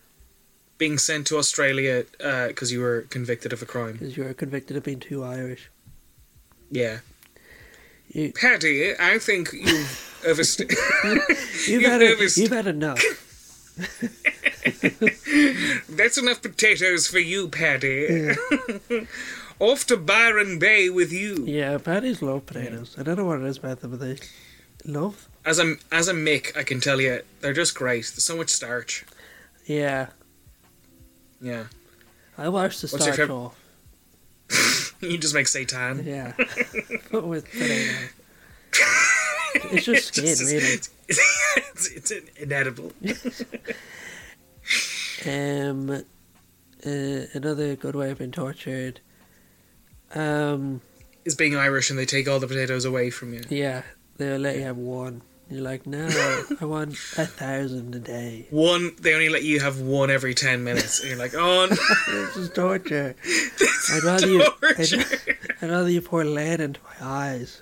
Speaker 2: Being sent to Australia because you were convicted of a crime.
Speaker 4: because you're convicted of being too
Speaker 2: *laughs*
Speaker 4: Irish.
Speaker 2: Yeah,
Speaker 4: You,
Speaker 2: Paddy, I think
Speaker 4: *laughs*
Speaker 2: you've overstayed.
Speaker 4: you've,
Speaker 2: You've
Speaker 4: had a,
Speaker 2: noticed.
Speaker 4: you've had
Speaker 2: *laughs*
Speaker 4: enough.
Speaker 2: That's enough potatoes for you, Paddy. *laughs* Off to Byron Bay with you.
Speaker 4: Yeah, patties love potatoes. I don't know what it is about them, but they love.
Speaker 2: As a as a Mick, I can tell you they're just great. There's so much starch.
Speaker 4: Yeah,
Speaker 2: Yeah, *laughs*
Speaker 4: I watched the
Speaker 2: What's
Speaker 4: Star
Speaker 2: your fav-
Speaker 4: Trek.
Speaker 2: you just make seitan. *laughs*
Speaker 4: Yeah, but with potato. It's just skin,
Speaker 2: It's, just-
Speaker 4: really.
Speaker 2: *laughs* it's, it's, it's inedible.
Speaker 4: Um, uh, another good way of being tortured. Um,
Speaker 2: It's being Irish and they take all the potatoes away from you.
Speaker 4: yeah, they'll let you have one. You're
Speaker 2: *laughs*
Speaker 4: like, no, I want a thousand a day.
Speaker 2: One, they only let you have one every ten minutes, and you're like, oh,
Speaker 4: *laughs*
Speaker 2: no,
Speaker 4: This is
Speaker 2: *laughs*
Speaker 4: torture. I'd rather you, I'd,
Speaker 2: torture.
Speaker 4: *laughs* I'd rather you pour lead into my eyes.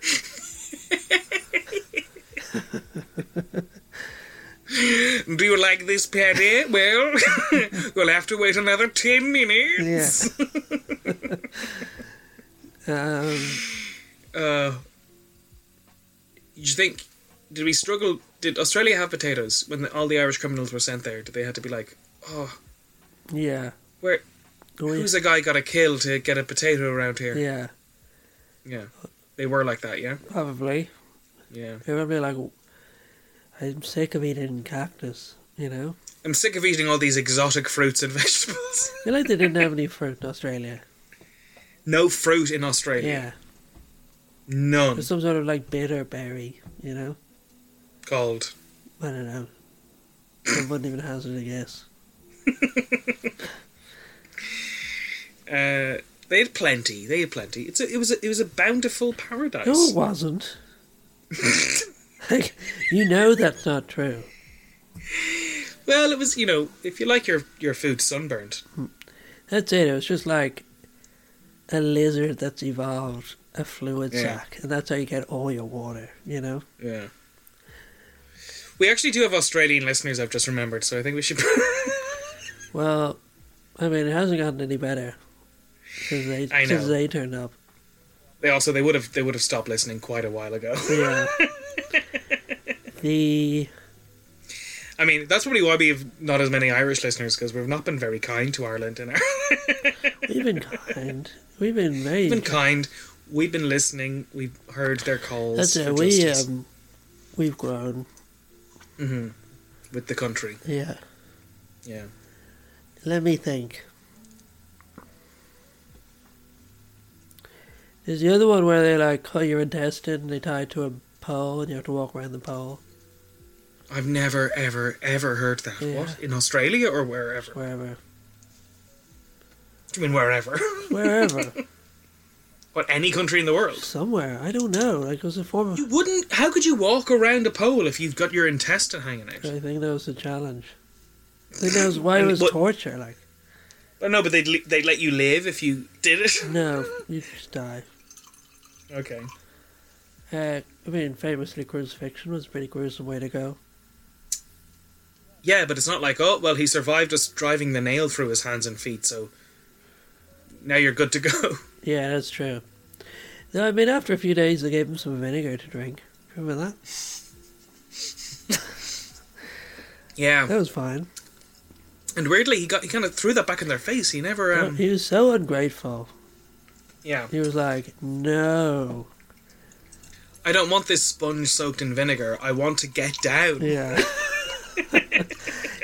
Speaker 2: do you like this, Paddy? Well, *laughs* you'll have to wait another ten minutes. *laughs*
Speaker 4: Yeah. *laughs* um,
Speaker 2: Uh, do you think did we struggle? Did Australia have potatoes when the, all the Irish criminals were sent there? Did they have to be like, oh,
Speaker 4: yeah.
Speaker 2: where
Speaker 4: Oh,
Speaker 2: who's a guy got to kill to get a potato around here?
Speaker 4: Yeah,
Speaker 2: Yeah, they were like that. Yeah,
Speaker 4: probably.
Speaker 2: yeah.
Speaker 4: They would be like, I'm sick of eating cactus, you know?
Speaker 2: I'm sick of eating all these exotic fruits and *laughs* vegetables.
Speaker 4: I feel like they didn't have any fruit in Australia.
Speaker 2: no fruit in Australia.
Speaker 4: Yeah.
Speaker 2: None.
Speaker 4: There's some sort of like bitter berry, you know?
Speaker 2: Called
Speaker 4: I don't know. I wouldn't even hazard a guess.
Speaker 2: uh, they had plenty. They had plenty. It's a, it was a, it was a bountiful paradise.
Speaker 4: No, it
Speaker 2: *laughs*
Speaker 4: wasn't. Like, you know that's not true.
Speaker 2: Well, it was you know if you like your your food sunburned.
Speaker 4: That's it. It was just like a lizard that's evolved a fluid
Speaker 2: Yeah.
Speaker 4: sac, and that's how you get all your water, you know?
Speaker 2: Yeah. We actually do have Australian listeners, I've just remembered, so I think we should. *laughs*
Speaker 4: Well, I mean, it hasn't gotten any better since they,
Speaker 2: I
Speaker 4: since
Speaker 2: know.
Speaker 4: they turned up.
Speaker 2: they also they would have they would have stopped listening quite a while ago. *laughs*
Speaker 4: Yeah. the
Speaker 2: I mean, that's probably why we have not as many Irish listeners because we've not been very kind to Ireland and
Speaker 4: we've been kind. We've been very.
Speaker 2: *laughs* we've been kind. We've been listening. We've heard their calls
Speaker 4: That's
Speaker 2: for
Speaker 4: it. We
Speaker 2: justice Mm-hmm.
Speaker 4: um, we've grown.
Speaker 2: with the country.
Speaker 4: Yeah.
Speaker 2: Yeah.
Speaker 4: Let me think. There's the other one where they like oh, cut your intestine and they tie it to a pole and you have to walk around the pole
Speaker 2: I've never, ever, ever heard that.
Speaker 4: Yeah.
Speaker 2: What in Australia or wherever?
Speaker 4: wherever,
Speaker 2: I mean, wherever. *laughs*
Speaker 4: wherever,
Speaker 2: what any country in the world?
Speaker 4: somewhere. I don't know. Like it was a form of.
Speaker 2: You wouldn't. How could you walk around a pole if you've got your intestine hanging out?
Speaker 4: I think that was the challenge. I think that was why it
Speaker 2: And
Speaker 4: was
Speaker 2: what-
Speaker 4: torture. Like
Speaker 2: Oh, no, but they'd li- they'd let you live if you did it.
Speaker 4: no, you just die.
Speaker 2: Okay.
Speaker 4: Uh, I mean, famously, crucifixion was a pretty gruesome way to go.
Speaker 2: Yeah, but it's not like oh well he survived us driving the nail through his hands and feet, so now you're good to go. *laughs*
Speaker 4: Yeah, that's true. No, I mean, after a few days, they gave him some vinegar to drink. Remember that?
Speaker 2: Yeah,
Speaker 4: That was fine.
Speaker 2: and weirdly, he got he kind of threw that back in their face. He never.
Speaker 4: No,
Speaker 2: Um,
Speaker 4: he was so ungrateful.
Speaker 2: yeah,
Speaker 4: He was like, no.
Speaker 2: I don't want this sponge soaked in vinegar. I want to get down.
Speaker 4: Yeah.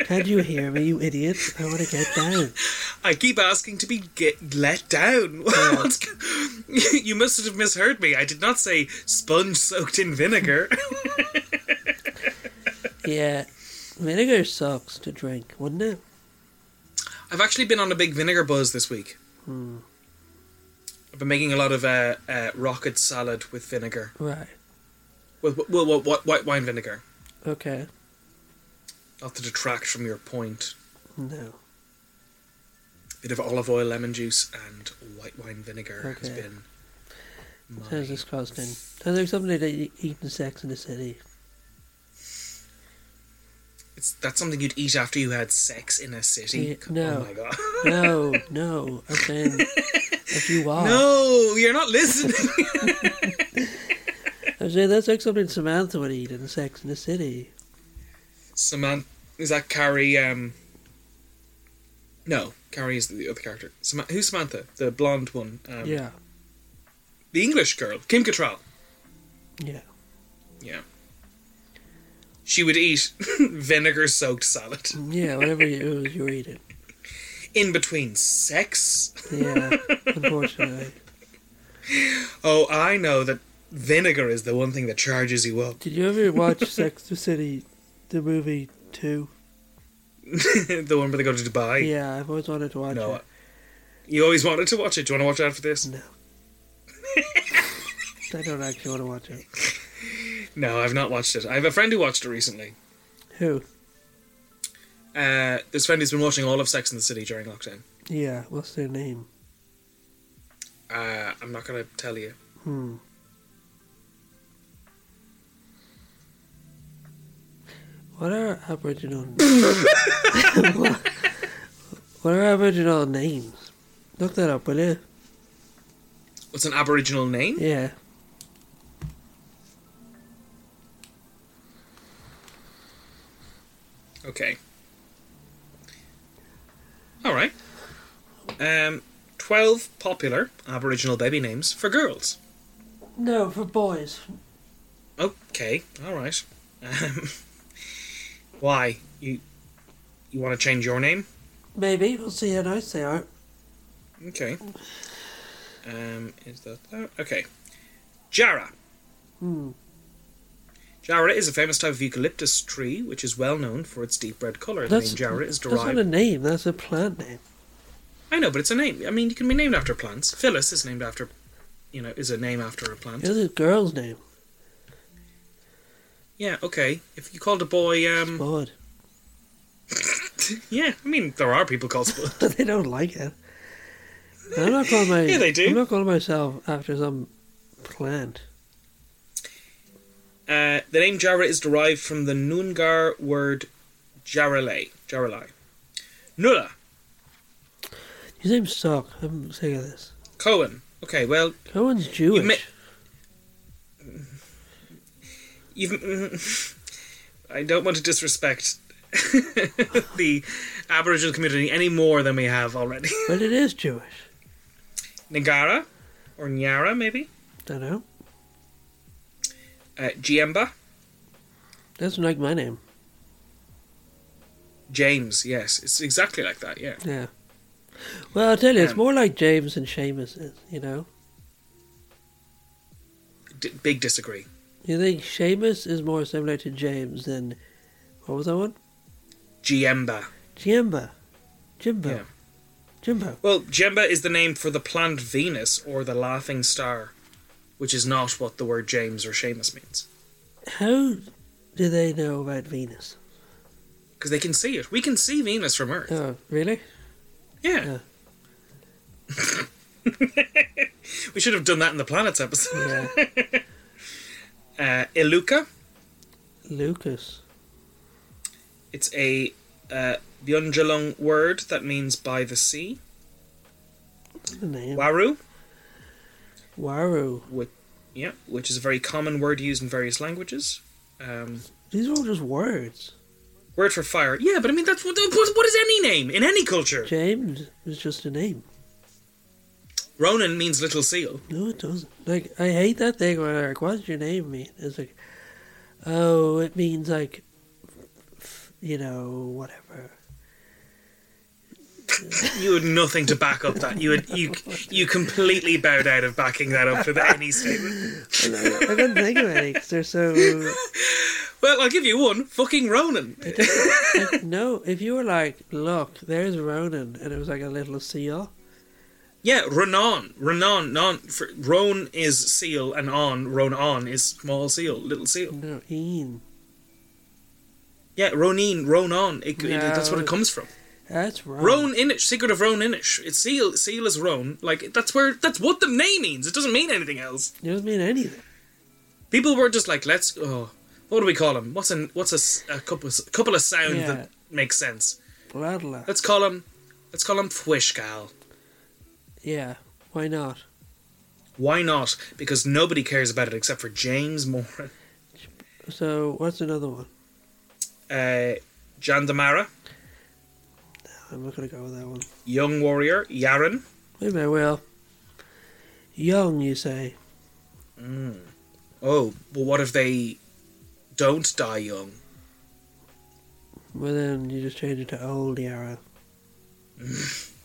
Speaker 4: Can't you hear me, you idiot? I want to get down.
Speaker 2: I keep asking to be get let down. *laughs* What's go- you must have misheard me. I did not say sponge soaked in
Speaker 4: *laughs*
Speaker 2: vinegar.
Speaker 4: Yeah. Vinegar sucks to drink, wouldn't it?
Speaker 2: I've actually been on a big vinegar buzz this week.
Speaker 4: Hmm.
Speaker 2: I've been making a lot of uh, uh, rocket salad with vinegar,
Speaker 4: Right.
Speaker 2: with, with, with, with white wine vinegar.
Speaker 4: Okay.
Speaker 2: Not to detract from your point.
Speaker 4: No.
Speaker 2: Bit of olive oil, lemon juice, and white wine vinegar has
Speaker 4: Okay.
Speaker 2: been. my-
Speaker 4: Sounds disgusting. Sounds like somebody that you eat in Sex in the City.
Speaker 2: It's that's something you'd eat after you had sex in a city.
Speaker 4: Yeah, no.
Speaker 2: Oh my god.
Speaker 4: No, no. I'm saying if you are.
Speaker 2: *laughs* No, you're not listening.
Speaker 4: *laughs* I'm saying that's like something Samantha would eat in Sex in the City.
Speaker 2: Samantha is that Carrie? Um, no, Carrie is the other character. Sam- who's Samantha? The blonde one. Um,
Speaker 4: Yeah.
Speaker 2: The English girl, Kim Cattrall.
Speaker 4: Yeah.
Speaker 2: Yeah. She would eat *laughs* vinegar-soaked salad
Speaker 4: Yeah, whatever it was, you were eating.
Speaker 2: in between sex.
Speaker 4: Yeah, unfortunately.
Speaker 2: Oh, I know that vinegar is the one thing that charges you up. *laughs*
Speaker 4: Did you ever watch Sex to City, the movie 2?
Speaker 2: the one where they go to Dubai.
Speaker 4: Yeah, I've always wanted to watch
Speaker 2: No.
Speaker 4: it.
Speaker 2: You always wanted to watch it. Do you want to watch out for this?
Speaker 4: No. I don't actually want to watch it.
Speaker 2: No, I've not watched it. I have a friend who watched it recently.
Speaker 4: Who?
Speaker 2: Uh, this friend who's been watching all of Sex in the City during lockdown.
Speaker 4: Yeah, what's their name?
Speaker 2: Uh, I'm not going to tell you.
Speaker 4: Hmm. What are
Speaker 2: *laughs*
Speaker 4: Aboriginal? *laughs* what are Aboriginal names? Look that up, will you?
Speaker 2: What's an Aboriginal name?
Speaker 4: Yeah.
Speaker 2: Okay. All right. Um, 12 popular Aboriginal baby names for girls.
Speaker 4: No, for boys.
Speaker 2: Okay, all right. Um, *laughs* why? You you want to change your name?
Speaker 4: Maybe we'll see how nice they are.
Speaker 2: Okay. Um, is that that? Okay. Jarrah.
Speaker 4: Hmm.
Speaker 2: Jarrah is a famous type of eucalyptus tree, which is well known for its deep red colour. The
Speaker 4: That's-
Speaker 2: name Jarrah is
Speaker 4: That's not
Speaker 2: derived.
Speaker 4: a name. That's a plant name.
Speaker 2: I know, but it's a name. I mean, you can be named after plants. Phyllis is named after, you know, is a name after a plant.
Speaker 4: It's a girl's name.
Speaker 2: Yeah, okay. If you called a boy, um,
Speaker 4: *laughs* Bud.
Speaker 2: *laughs* yeah, I mean, there are people called Spud.
Speaker 4: they don't like it. I'm not calling my.
Speaker 2: Yeah, they do.
Speaker 4: I'm not calling myself after some plant.
Speaker 2: *laughs* Uh, the name Jarrah is derived from the Noongar word Jarralay. Jarralay. Nulla.
Speaker 4: His name's Sock. I'm sick of this.
Speaker 2: Cohen. Okay, well,
Speaker 4: Cohen's Jewish.
Speaker 2: may- you've. mm, *laughs* I don't want to disrespect *laughs* the Aboriginal community any more than we have already. *laughs*
Speaker 4: but it is Jewish.
Speaker 2: Ngara, or Nyara, maybe?
Speaker 4: Don't know.
Speaker 2: Uh, Giemba.
Speaker 4: That's like my name.
Speaker 2: James, yes. It's exactly like that, yeah.
Speaker 4: Yeah. Well, I'll tell you, it's
Speaker 2: Um,
Speaker 4: more like James and Seamus. is, You know.
Speaker 2: D- big disagree.
Speaker 4: You think Seamus is more similar to James than what was that one?
Speaker 2: Giemba.
Speaker 4: Jimba. Jimbo.
Speaker 2: Yeah.
Speaker 4: Jimbo.
Speaker 2: Well, Jemba is the name for the planet Venus or the laughing star, which is not what the word James or Seamus means.
Speaker 4: How do they know about Venus?
Speaker 2: Because they can see it. We can see Venus from Earth.
Speaker 4: Oh, really?
Speaker 2: Yeah. *laughs* we should have done that in the planets episode.
Speaker 4: Yeah.
Speaker 2: *laughs* Uh, Iluka,
Speaker 4: Lucas.
Speaker 2: it's a uh, Byeonjalung word that means by the sea.
Speaker 4: The name.
Speaker 2: Waru,
Speaker 4: Waru.
Speaker 2: Yeah, which is a very common word used in various languages. Um,
Speaker 4: These are all just words.
Speaker 2: word for fire. Yeah, but I mean, that's what, what, what is any name in any culture?
Speaker 4: James is just a name.
Speaker 2: Ronan means little seal.
Speaker 4: No, it doesn't. Like, I hate that thing where, like, what does your name mean? It's like, oh, it means, like, f- you know, whatever.
Speaker 2: You had nothing to back up that. You had you you completely bowed out of backing that up with any statement.
Speaker 4: I couldn't think of any 'cause they're so.
Speaker 2: Well, I'll give you one. Fucking Ronan.
Speaker 4: Like, no, if you were like, look, there's Ronan, and it was like a little seal.
Speaker 2: Yeah, Ronan. Ronan. Non. For, Ron is seal, and on Ronan is small seal, little seal.
Speaker 4: No, Ian.
Speaker 2: Yeah, Ronin, Ronan. It, it- that's what
Speaker 4: No.
Speaker 2: it comes from.
Speaker 4: That's Ron.
Speaker 2: Roan Inish, secret of Roan Inish. It's seal. Seal is Roan. Like that's where that's what the name means. It doesn't mean anything else.
Speaker 4: It doesn't mean anything.
Speaker 2: People were just like, let's. Oh, what do we call him? What's an what's a s- a, couple of, s- couple of sound
Speaker 4: Yeah.
Speaker 2: that makes sense?
Speaker 4: Bladla.
Speaker 2: Let's call him. Let's call him Fwishgal.
Speaker 4: Yeah, why not?
Speaker 2: Why not? Because nobody cares about it except for James Moran, *laughs*
Speaker 4: So, what's another one?
Speaker 2: uh, Jandamara,
Speaker 4: I'm not going to go with that one.
Speaker 2: Young Warrior, Yaren.
Speaker 4: Maybe I will. Young, you say?
Speaker 2: Oh, well, what if they don't die young?
Speaker 4: Well, then you just change it to old Yara.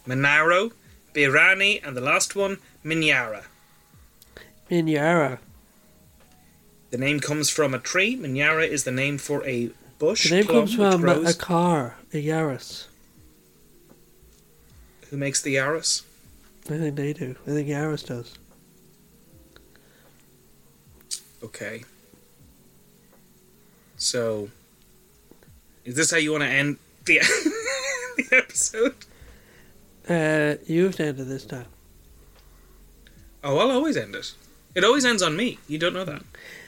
Speaker 2: Monaro, Birani, and the last one, Minyara.
Speaker 4: In Yara.
Speaker 2: The name comes from a tree. Minyara is the name for a bush.
Speaker 4: The name
Speaker 2: plum,
Speaker 4: comes
Speaker 2: which
Speaker 4: from uh, a
Speaker 2: grows-
Speaker 4: car, a Yaris.
Speaker 2: Who makes the Yaris?
Speaker 4: I think they do. I think Yaris does.
Speaker 2: Okay. So, is this how you want to end the, *laughs* the episode?
Speaker 4: Uh, you have to enter this time.
Speaker 2: Oh, I'll always end it. It always ends on me. You don't know that.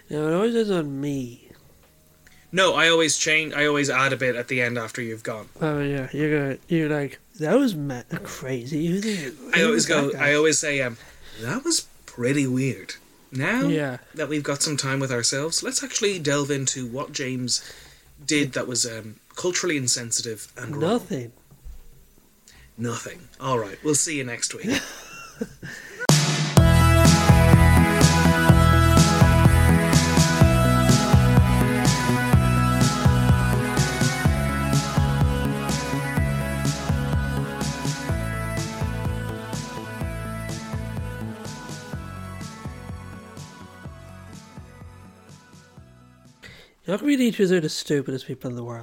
Speaker 4: Now, it always is on me.
Speaker 2: No, I always change. I always add a bit at the end after you've gone.
Speaker 4: Oh yeah, you're gonna you're like that was ma- crazy. Who the, who
Speaker 2: I always
Speaker 4: was
Speaker 2: go.
Speaker 4: that guy?"
Speaker 2: I always say, um, that was pretty weird. Now
Speaker 4: Yeah.
Speaker 2: that we've got some time with ourselves, let's actually delve into what James did that was um, culturally insensitive and wrong.
Speaker 4: nothing.
Speaker 2: Nothing. All right, we'll see you next week.
Speaker 4: How can we teachers are the stupidest people in the world?